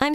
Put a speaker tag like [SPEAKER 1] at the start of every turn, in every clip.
[SPEAKER 1] I'm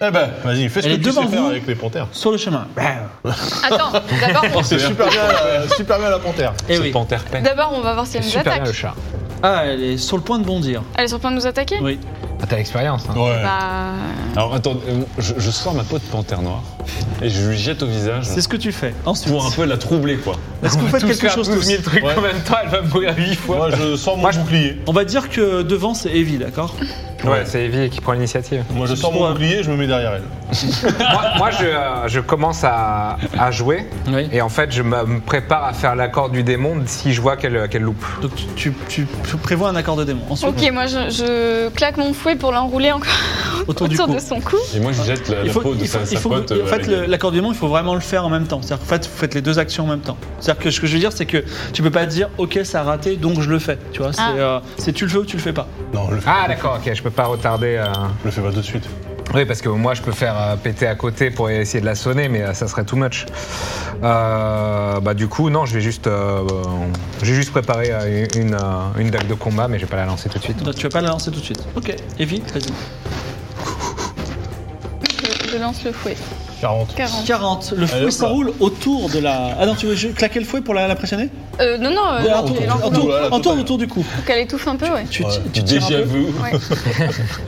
[SPEAKER 2] Eh ben, vas-y, fais ce
[SPEAKER 3] Elle
[SPEAKER 2] que tu
[SPEAKER 3] est
[SPEAKER 2] sais
[SPEAKER 3] devant
[SPEAKER 2] faire
[SPEAKER 3] vous.
[SPEAKER 2] avec les panthères.
[SPEAKER 3] Sur le chemin. Bah,
[SPEAKER 4] Attends,
[SPEAKER 2] Oh,
[SPEAKER 4] d'abord,
[SPEAKER 2] c'est super bien, euh, super bien la panthère.
[SPEAKER 3] Eh oui.
[SPEAKER 5] panthère peine.
[SPEAKER 4] d'abord, on va voir si elle nous
[SPEAKER 5] Super bien
[SPEAKER 4] attaque.
[SPEAKER 5] le chat.
[SPEAKER 3] Ah, elle est sur le point de bondir.
[SPEAKER 4] Elle est sur le point de nous attaquer
[SPEAKER 3] Oui.
[SPEAKER 5] Ah, t'as l'expérience. Hein.
[SPEAKER 2] Ouais.
[SPEAKER 4] Bah.
[SPEAKER 5] Alors attends, euh, je, je sors ma peau de panthère noire et je lui jette au visage
[SPEAKER 3] C'est ce que tu fais. Ensuite,
[SPEAKER 5] pour un peu la troubler quoi.
[SPEAKER 3] est-ce que vous faites
[SPEAKER 5] Tous
[SPEAKER 3] quelque
[SPEAKER 5] faire
[SPEAKER 3] chose
[SPEAKER 5] 12 000
[SPEAKER 3] tous
[SPEAKER 5] trucs
[SPEAKER 2] Ouais.
[SPEAKER 5] en même temps, elle va mourir 8 fois.
[SPEAKER 2] Moi, je sors mon
[SPEAKER 5] Moi, je-
[SPEAKER 2] bouclier.
[SPEAKER 3] On va dire que devant, c'est Evie, d'accord
[SPEAKER 5] Ouais, c'est Evie qui prend l'initiative.
[SPEAKER 2] Moi, je sors mon
[SPEAKER 3] Pourquoi
[SPEAKER 2] bouclier et je me mets derrière elle.
[SPEAKER 6] Moi, moi, je, euh, je commence à, à jouer
[SPEAKER 3] Oui.
[SPEAKER 6] et en fait je me me prépare à faire l'accord du démon si je vois qu'elle euh, qu'elle loupe.
[SPEAKER 3] Donc tu, tu- tu prévois un accord de démon. Ensuite,
[SPEAKER 4] Ok, moi je, je claque mon fouet pour l'enrouler encore
[SPEAKER 3] autour du
[SPEAKER 4] autour
[SPEAKER 3] cou.
[SPEAKER 4] de son cou.
[SPEAKER 5] Et moi je jette la,
[SPEAKER 3] Il
[SPEAKER 5] la
[SPEAKER 3] faut,
[SPEAKER 5] peau de
[SPEAKER 3] il faut-
[SPEAKER 5] sa,
[SPEAKER 3] il
[SPEAKER 5] sa
[SPEAKER 3] faut que-
[SPEAKER 5] pote. euh,
[SPEAKER 3] en fait,
[SPEAKER 5] avec-
[SPEAKER 3] le- l'accord du démon, il faut vraiment le faire en même temps. C'est-à-dire qu'en fait, vous faites les deux actions en même temps. C'est-à-dire que ce que je veux dire, c'est que tu peux pas dire, ok, ça a raté, donc je le fais. Tu vois, c'est
[SPEAKER 4] Ah.
[SPEAKER 3] euh, c'est tu le fais ou tu le fais pas.
[SPEAKER 2] Non, le,
[SPEAKER 6] Ah d'accord, ok, je peux pas retarder. euh.
[SPEAKER 2] le fais pas tout de suite.
[SPEAKER 6] Oui, parce que moi je peux faire euh, péter à côté pour essayer de la sonner, mais euh, ça serait too much. Euh, bah du coup non, je vais juste, euh, euh, j'ai juste préparé euh, une euh, une dague de combat, mais je vais pas la lancer tout de suite.
[SPEAKER 3] Donc, tu vas pas la lancer tout de suite. Ok, Evie, vas-y.
[SPEAKER 4] Je, je lance le fouet.
[SPEAKER 2] 40.
[SPEAKER 4] 40.
[SPEAKER 3] 40. Le
[SPEAKER 2] Allez,
[SPEAKER 3] fouet
[SPEAKER 2] hop là.
[SPEAKER 3] s'enroule autour de la. Ah non, tu veux juste claquer le fouet pour la, la pressionner
[SPEAKER 4] Euh, non, non, euh,
[SPEAKER 3] Ouais,
[SPEAKER 4] non,
[SPEAKER 3] autour,
[SPEAKER 4] elle
[SPEAKER 2] autour.
[SPEAKER 4] enroule.
[SPEAKER 3] autour-
[SPEAKER 2] Ouais, la
[SPEAKER 3] autour-
[SPEAKER 2] totale.
[SPEAKER 3] autour du cou.
[SPEAKER 4] Faut qu'elle étouffe un peu, ouais.
[SPEAKER 3] Tu,
[SPEAKER 2] Ouais.
[SPEAKER 3] tu- tu
[SPEAKER 5] Du
[SPEAKER 3] tires un
[SPEAKER 5] déjà
[SPEAKER 3] peu.
[SPEAKER 5] vu.
[SPEAKER 4] Ouais.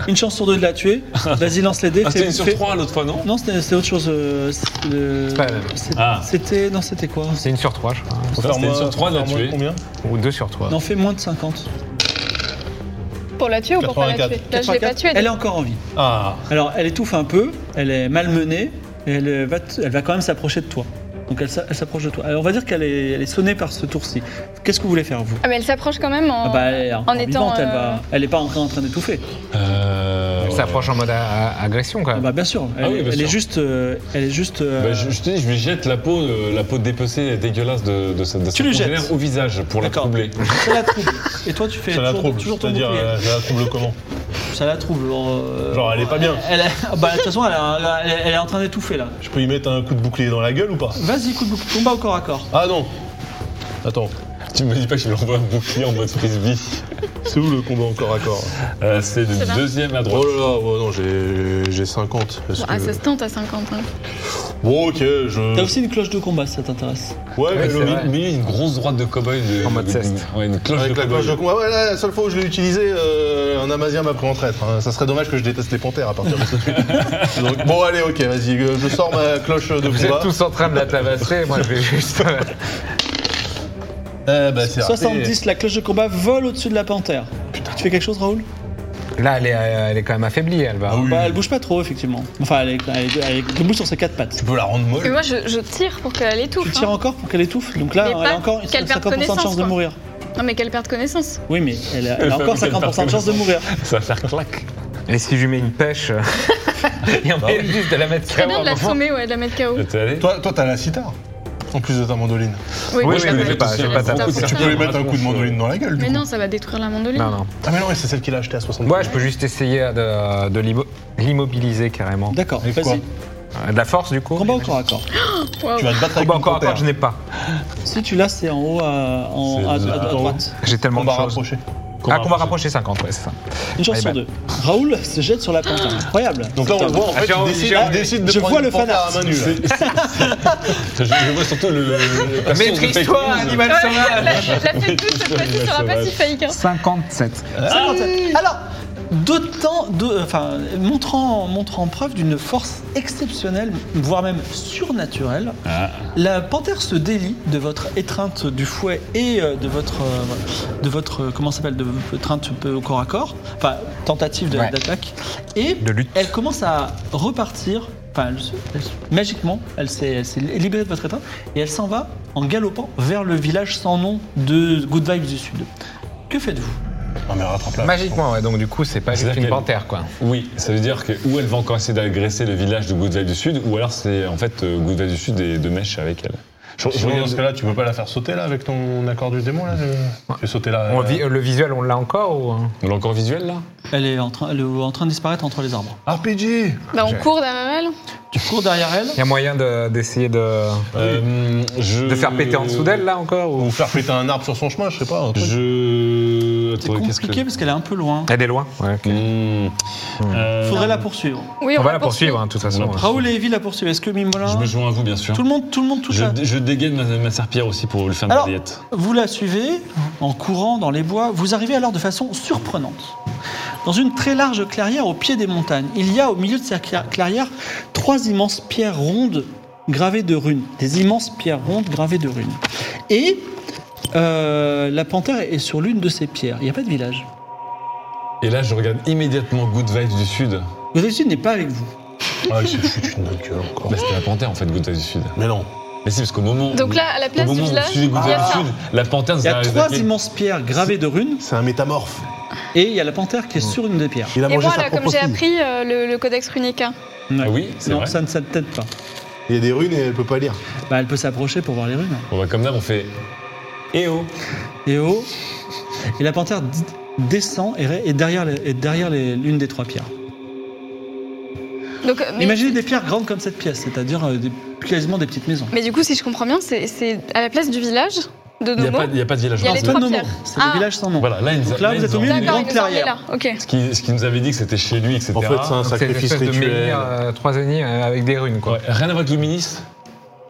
[SPEAKER 3] Une chance sur deux de la tuer. Vas-y, lance les dés.
[SPEAKER 5] Ah,
[SPEAKER 3] fais-
[SPEAKER 5] c'était une sur
[SPEAKER 3] fais-
[SPEAKER 5] 3 l'autre fois, non
[SPEAKER 3] Non, c'était c'était autre chose. euh, c'est le-
[SPEAKER 6] pas la même.
[SPEAKER 3] c'est-
[SPEAKER 5] Ah.
[SPEAKER 3] C'était. Non, c'était quoi
[SPEAKER 6] C'est une sur trois, je crois,
[SPEAKER 2] Faut
[SPEAKER 5] Ça, c'était une sur trois de la
[SPEAKER 2] faire moins de
[SPEAKER 5] tuer.
[SPEAKER 2] Combien
[SPEAKER 6] ou deux sur trois.
[SPEAKER 3] Non, fais moins de 50.
[SPEAKER 4] Pour la tuer ou pour pas la
[SPEAKER 2] 84.
[SPEAKER 4] tuer Là, je l'ai pas tuée.
[SPEAKER 3] Elle est encore en vie.
[SPEAKER 2] Ah,
[SPEAKER 3] Alors, elle étouffe un peu, elle est malmenée, et elle euh, va, t- elle va quand même s'approcher de toi. Donc, elle, s'a- elle s'approche de toi. Alors, on va dire qu'elle est, elle est sonnée par ce tour-ci. Qu'est-ce que vous voulez faire, vous
[SPEAKER 4] Ah, mais elle s'approche quand même en.
[SPEAKER 3] Ah bah, Elle est encore
[SPEAKER 4] en étant,
[SPEAKER 3] vivante, elle,
[SPEAKER 4] euh,
[SPEAKER 3] va, elle est pas encore en train d'étouffer.
[SPEAKER 2] Ah.
[SPEAKER 5] Euh.
[SPEAKER 6] Elle s'approche en mode a- a- agression quand
[SPEAKER 3] Ah
[SPEAKER 6] même.
[SPEAKER 3] bah, bien sûr, elle,
[SPEAKER 5] Ah oui, bien
[SPEAKER 3] elle est
[SPEAKER 5] sûr.
[SPEAKER 3] juste. euh, elle est juste euh,
[SPEAKER 5] Bah, je, je te dis, je lui jette la peau, euh, la peau dépecée et dégueulasse de, de sa, de sa
[SPEAKER 3] lui
[SPEAKER 5] congénère
[SPEAKER 3] jettes.
[SPEAKER 5] au visage pour la
[SPEAKER 3] D'accord.
[SPEAKER 5] troubler.
[SPEAKER 3] ça la trouble. Et toi, tu fais
[SPEAKER 2] ça la
[SPEAKER 3] toujours,
[SPEAKER 2] trouble.
[SPEAKER 3] toujours ton
[SPEAKER 2] C'est-à-dire,
[SPEAKER 3] bouclier.
[SPEAKER 2] euh, je la trouble comment
[SPEAKER 3] Ça la trouble. Genre, euh,
[SPEAKER 2] Genre, elle est pas bien.
[SPEAKER 3] Elle, elle- bah, de toute façon, elle, a- elle- elle est en train d'étouffer là.
[SPEAKER 2] Je peux y mettre un coup de bouclier dans la gueule ou pas
[SPEAKER 3] Vas-y, coup de bouc- combat au corps à corps.
[SPEAKER 2] Ah non Attends,
[SPEAKER 5] Tu me dis pas que je lui envoie un bouclier en mode frisbee.
[SPEAKER 2] c'est où le combat encore à corps
[SPEAKER 5] Euh, c'est
[SPEAKER 4] C'est
[SPEAKER 5] le
[SPEAKER 4] là.
[SPEAKER 5] deuxième à droite.
[SPEAKER 2] Oh là là, ouais, non, j'ai j'ai 50. parce
[SPEAKER 4] Ah,
[SPEAKER 2] que-
[SPEAKER 4] ça se tente à 50. hein.
[SPEAKER 2] Bon, ok,
[SPEAKER 3] T'as
[SPEAKER 2] je.
[SPEAKER 3] aussi une cloche de combat si ça t'intéresse.
[SPEAKER 2] Ouais, mais
[SPEAKER 6] Ouais,
[SPEAKER 2] le-
[SPEAKER 6] c'est
[SPEAKER 5] Mais,
[SPEAKER 6] vrai.
[SPEAKER 5] mais il a une grosse droite de cow-boy. De,
[SPEAKER 6] En mode
[SPEAKER 5] de-
[SPEAKER 6] ceste.
[SPEAKER 5] Ouais, une cloche
[SPEAKER 2] Avec
[SPEAKER 5] de
[SPEAKER 2] la
[SPEAKER 5] cow-boy.
[SPEAKER 2] cloche de combat, ouais, là, la seule fois où je l'ai utilisé, euh, un Amazien m'a pris en traître. hein. Ça serait dommage que je déteste les panthères à partir de ce truc. Donc, bon, allez, ok, vas-y, euh, je sors ma cloche de
[SPEAKER 6] Vous êtes
[SPEAKER 2] combat.
[SPEAKER 6] tous en train de la tabasser, moi je vais juste. euh,
[SPEAKER 2] Eh bah, c'est raté.
[SPEAKER 3] 70, la cloche de combat vole au-dessus de la panthère. Putain, tu fais quelque chose, Raoul
[SPEAKER 6] Là, elle est, euh, elle est quand même affaiblie, elle va.
[SPEAKER 2] Ah Oui.
[SPEAKER 3] Bah, elle bouge pas trop, effectivement. Enfin, elle est, elle est- elle est debout sur ses quatre pattes.
[SPEAKER 2] Tu peux la rendre
[SPEAKER 4] Mais
[SPEAKER 2] molle
[SPEAKER 4] moi, je, je tire pour qu'elle étouffe.
[SPEAKER 3] Tu tires
[SPEAKER 4] hein.
[SPEAKER 3] encore pour qu'elle étouffe. Donc là,
[SPEAKER 4] Mais
[SPEAKER 3] elle
[SPEAKER 4] pas
[SPEAKER 3] a encore
[SPEAKER 4] qu'elle perde
[SPEAKER 3] 50% de chance
[SPEAKER 4] connaissance,
[SPEAKER 3] de
[SPEAKER 4] quoi.
[SPEAKER 3] mourir.
[SPEAKER 4] hein. Non, mais qu'elle perde connaissance.
[SPEAKER 3] Oui, mais elle a, elle a encore
[SPEAKER 5] Qu'elle
[SPEAKER 3] 50% de chance de mourir.
[SPEAKER 5] Ça va faire claque.
[SPEAKER 6] Et si je lui mets une pêche, euh, il y a moyen juste de la mettre
[SPEAKER 4] Très bien
[SPEAKER 6] KO,
[SPEAKER 4] de la
[SPEAKER 6] vraiment.
[SPEAKER 4] sommer, ouais, de la mettre KO.
[SPEAKER 5] T'es allé
[SPEAKER 2] Toi, toi, t'as la sitar, en plus de ta mandoline.
[SPEAKER 6] Oui,
[SPEAKER 4] mais
[SPEAKER 6] je
[SPEAKER 4] la
[SPEAKER 6] l'ai
[SPEAKER 4] mettre
[SPEAKER 6] fait pas,
[SPEAKER 4] sur la
[SPEAKER 6] j'ai pas
[SPEAKER 4] petite
[SPEAKER 6] tapé.
[SPEAKER 4] tarte.
[SPEAKER 2] Tu peux lui mettre un coup de mandoline dans la gueule, du
[SPEAKER 4] Mais
[SPEAKER 2] coup.
[SPEAKER 4] non, ça va détruire la mandoline.
[SPEAKER 6] Non, non.
[SPEAKER 2] Ah, mais non, mais c'est celle qu'il a achetée à 60.
[SPEAKER 6] Moi, je peux juste essayer de, de l'immo- l'immobiliser carrément.
[SPEAKER 3] D'accord,
[SPEAKER 2] Avec quoi
[SPEAKER 3] vas-y.
[SPEAKER 6] Euh, De la force, du coup.
[SPEAKER 3] Combat au corps à corps.
[SPEAKER 4] Waouh.
[SPEAKER 2] Tu vas te battre avec
[SPEAKER 6] Combat
[SPEAKER 2] une
[SPEAKER 6] encore, encore,
[SPEAKER 2] panthère.
[SPEAKER 6] je n'ai pas.
[SPEAKER 3] Si tu l'as, c'est en haut à, en,
[SPEAKER 2] C'est
[SPEAKER 3] à- à-
[SPEAKER 2] bizarre.
[SPEAKER 3] à droite.
[SPEAKER 6] J'ai tellement
[SPEAKER 2] Combat
[SPEAKER 6] de choses.
[SPEAKER 2] rapproché.
[SPEAKER 6] Ah, combat rapproché 50, ouais, c'est ça.
[SPEAKER 3] Une chance
[SPEAKER 6] Allez,
[SPEAKER 3] sur
[SPEAKER 6] bah.
[SPEAKER 3] deux. Raoul se jette sur la panthère. Incroyable.
[SPEAKER 2] Donc là, on le voit, en
[SPEAKER 6] Ah,
[SPEAKER 2] fait,
[SPEAKER 6] j'ai
[SPEAKER 2] il
[SPEAKER 6] envie,
[SPEAKER 2] décide,
[SPEAKER 6] j'ai
[SPEAKER 2] il
[SPEAKER 6] envie.
[SPEAKER 2] décide de
[SPEAKER 3] Je
[SPEAKER 2] prendre
[SPEAKER 3] vois
[SPEAKER 2] une
[SPEAKER 3] le
[SPEAKER 2] panthère
[SPEAKER 3] fanart.
[SPEAKER 2] à main nue. là.
[SPEAKER 5] Je, je vois surtout le. le perso de
[SPEAKER 6] Maîtrise-toi,
[SPEAKER 2] euh,
[SPEAKER 5] Fake News.
[SPEAKER 6] animal sauvage
[SPEAKER 4] La fait toute cette fois-ci sur un passif faillique. hein.
[SPEAKER 6] 57.
[SPEAKER 3] 57. Alors, d'autant, de- enfin, montrant, montrant preuve d'une force exceptionnelle, voire même surnaturelle,
[SPEAKER 6] Ah.
[SPEAKER 3] la panthère se délie de votre étreinte du fouet et euh, de votre, euh, de votre, euh, comment ça s'appelle, de votre étreinte peu au corps à corps, enfin, tentative de-
[SPEAKER 6] Ouais.
[SPEAKER 3] d'attaque, et
[SPEAKER 6] De lutte.
[SPEAKER 3] elle commence à repartir. Enfin, elle se- elle se- magiquement, elle s'est elle s'est libérée de votre étreinte et elle s'en va en galopant vers le village sans nom de Good Vibes du Sud. Que faites-vous
[SPEAKER 2] Non, mais rattrape-la.
[SPEAKER 6] Magiquement, ouais, donc du coup, c'est pas
[SPEAKER 5] C'est
[SPEAKER 6] juste
[SPEAKER 5] laquelle
[SPEAKER 6] une panthère, quoi.
[SPEAKER 5] Oui, ça veut dire que ou elle va encore essayer d'agresser le village de Goodvale du Sud, ou alors c'est en fait euh, Goodvale du Sud et de mèche avec elle.
[SPEAKER 2] Je, je veux dire, parce que là, tu peux pas la faire sauter là avec ton accord du démon là. de- Tu fais sauter là. euh,
[SPEAKER 6] On vi- le visuel, on l'a encore ou... hein
[SPEAKER 5] On l'a encore visuel là
[SPEAKER 3] Elle est en train, elle est en train de disparaître entre les arbres.
[SPEAKER 2] RPG.
[SPEAKER 4] Bah, on court derrière elle.
[SPEAKER 3] Tu cours derrière elle.
[SPEAKER 6] Il y a moyen de- d'essayer de,
[SPEAKER 5] Euh, je-
[SPEAKER 6] de faire péter en dessous d'elle, là, encore ou...
[SPEAKER 2] Ou faire péter un arbre sur son chemin, je sais pas. un truc.
[SPEAKER 5] Je.
[SPEAKER 3] C'est
[SPEAKER 5] Attends, Euh, qu'est-ce que-
[SPEAKER 3] compliqué parce qu'elle est un peu loin.
[SPEAKER 6] Elle est loin. Ouais, ok.
[SPEAKER 5] Hmm. Euh,
[SPEAKER 3] Faudrait la poursuivre.
[SPEAKER 4] Oui,
[SPEAKER 6] On,
[SPEAKER 4] on,
[SPEAKER 6] va la poursuivre, hein, de toute façon.
[SPEAKER 5] On la
[SPEAKER 3] Raoul et Evie la poursuivent. Est-ce que
[SPEAKER 5] Je
[SPEAKER 3] Mimolin
[SPEAKER 5] me joins à vous, bien sûr.
[SPEAKER 3] Tout le monde, tout le monde touche
[SPEAKER 5] Je,
[SPEAKER 3] la...
[SPEAKER 5] je dégaine ma, ma serpillère aussi pour le faire
[SPEAKER 3] Alors-
[SPEAKER 5] miette.
[SPEAKER 3] Vous la suivez en courant dans les bois. Vous arrivez alors de façon surprenante. Dans une très large clairière au pied des montagnes, il y a au milieu de cette clair- clairière trois immenses pierres rondes gravées de runes. Des immenses pierres rondes gravées de runes. Et euh, la panthère est sur l'une de ces pierres. Il n'y a pas de village.
[SPEAKER 5] Et là, je regarde immédiatement Good Vibes du Sud.
[SPEAKER 3] Vous n'est pas avec vous.
[SPEAKER 2] Ah, il se fout une gueule encore.
[SPEAKER 5] Bah, c'était la panthère en fait, Good Vibes du Sud.
[SPEAKER 2] Mais non.
[SPEAKER 5] Mais si, parce qu'au moment.
[SPEAKER 4] Donc là, à la
[SPEAKER 5] au
[SPEAKER 4] place du
[SPEAKER 5] moment où
[SPEAKER 4] village,
[SPEAKER 5] vous suivez
[SPEAKER 4] il y
[SPEAKER 5] Good
[SPEAKER 4] a
[SPEAKER 5] Vibes
[SPEAKER 4] ça.
[SPEAKER 5] du Sud, la panthère nous
[SPEAKER 3] Il y a
[SPEAKER 5] arrive
[SPEAKER 3] trois
[SPEAKER 5] attaquer.
[SPEAKER 3] immenses pierres gravées de runes
[SPEAKER 2] C'est un métamorphe.
[SPEAKER 3] et il y a la panthère
[SPEAKER 5] Oh.
[SPEAKER 3] qui est sur une des pierres.
[SPEAKER 2] Il a
[SPEAKER 4] Et
[SPEAKER 2] mangé
[SPEAKER 4] voilà,
[SPEAKER 2] sa
[SPEAKER 4] comme
[SPEAKER 2] propre
[SPEAKER 4] j'ai
[SPEAKER 2] fille.
[SPEAKER 4] appris euh, le, Hein. le codex Runica.
[SPEAKER 5] Ah oui, c'est
[SPEAKER 3] Non,
[SPEAKER 5] vrai.
[SPEAKER 3] ça ne ça ne t'aide pas.
[SPEAKER 2] Il y a des runes et elle peut pas lire.
[SPEAKER 3] Bah, elle peut s'approcher pour voir les runes.
[SPEAKER 5] Bon, bah, comme d'hab, on fait. Eh oh
[SPEAKER 3] et haut. Et la panthère d- descend et re- est derrière, les- est derrière les- l'une des trois pierres.
[SPEAKER 4] Donc, euh, mais,
[SPEAKER 3] Imaginez des pierres grandes comme cette pièce, c'est-à-dire euh, des- quasiment des petites maisons.
[SPEAKER 4] mais du coup, si je comprends bien, c'est- c'est à la place du village de
[SPEAKER 5] Il n'y a,
[SPEAKER 4] Nomo.
[SPEAKER 5] pas- il y a pas de village.
[SPEAKER 4] Il y a
[SPEAKER 5] Non,
[SPEAKER 4] les
[SPEAKER 5] c'est
[SPEAKER 3] pas
[SPEAKER 4] trois
[SPEAKER 5] pas-
[SPEAKER 3] Nomo,
[SPEAKER 4] pierres.
[SPEAKER 3] c'est le
[SPEAKER 4] Ah.
[SPEAKER 3] village sans nom.
[SPEAKER 5] Voilà, là, ils
[SPEAKER 3] Donc là,
[SPEAKER 5] là,
[SPEAKER 3] vous
[SPEAKER 5] ils
[SPEAKER 3] êtes au
[SPEAKER 5] ont-
[SPEAKER 3] milieu d'une
[SPEAKER 4] D'accord,
[SPEAKER 3] grande
[SPEAKER 4] il nous en est
[SPEAKER 3] clairière.
[SPEAKER 4] là. Ok.
[SPEAKER 5] Ce qui, ce qui nous avait dit que c'était chez lui, etc.
[SPEAKER 2] En fait, c'est un
[SPEAKER 6] Donc, c'est une
[SPEAKER 2] sacrifice
[SPEAKER 6] espèce de
[SPEAKER 2] rituel.
[SPEAKER 6] menhir euh, trois ennemis euh, avec des runes, quoi.
[SPEAKER 5] Ouais, rien à voir avec Luminis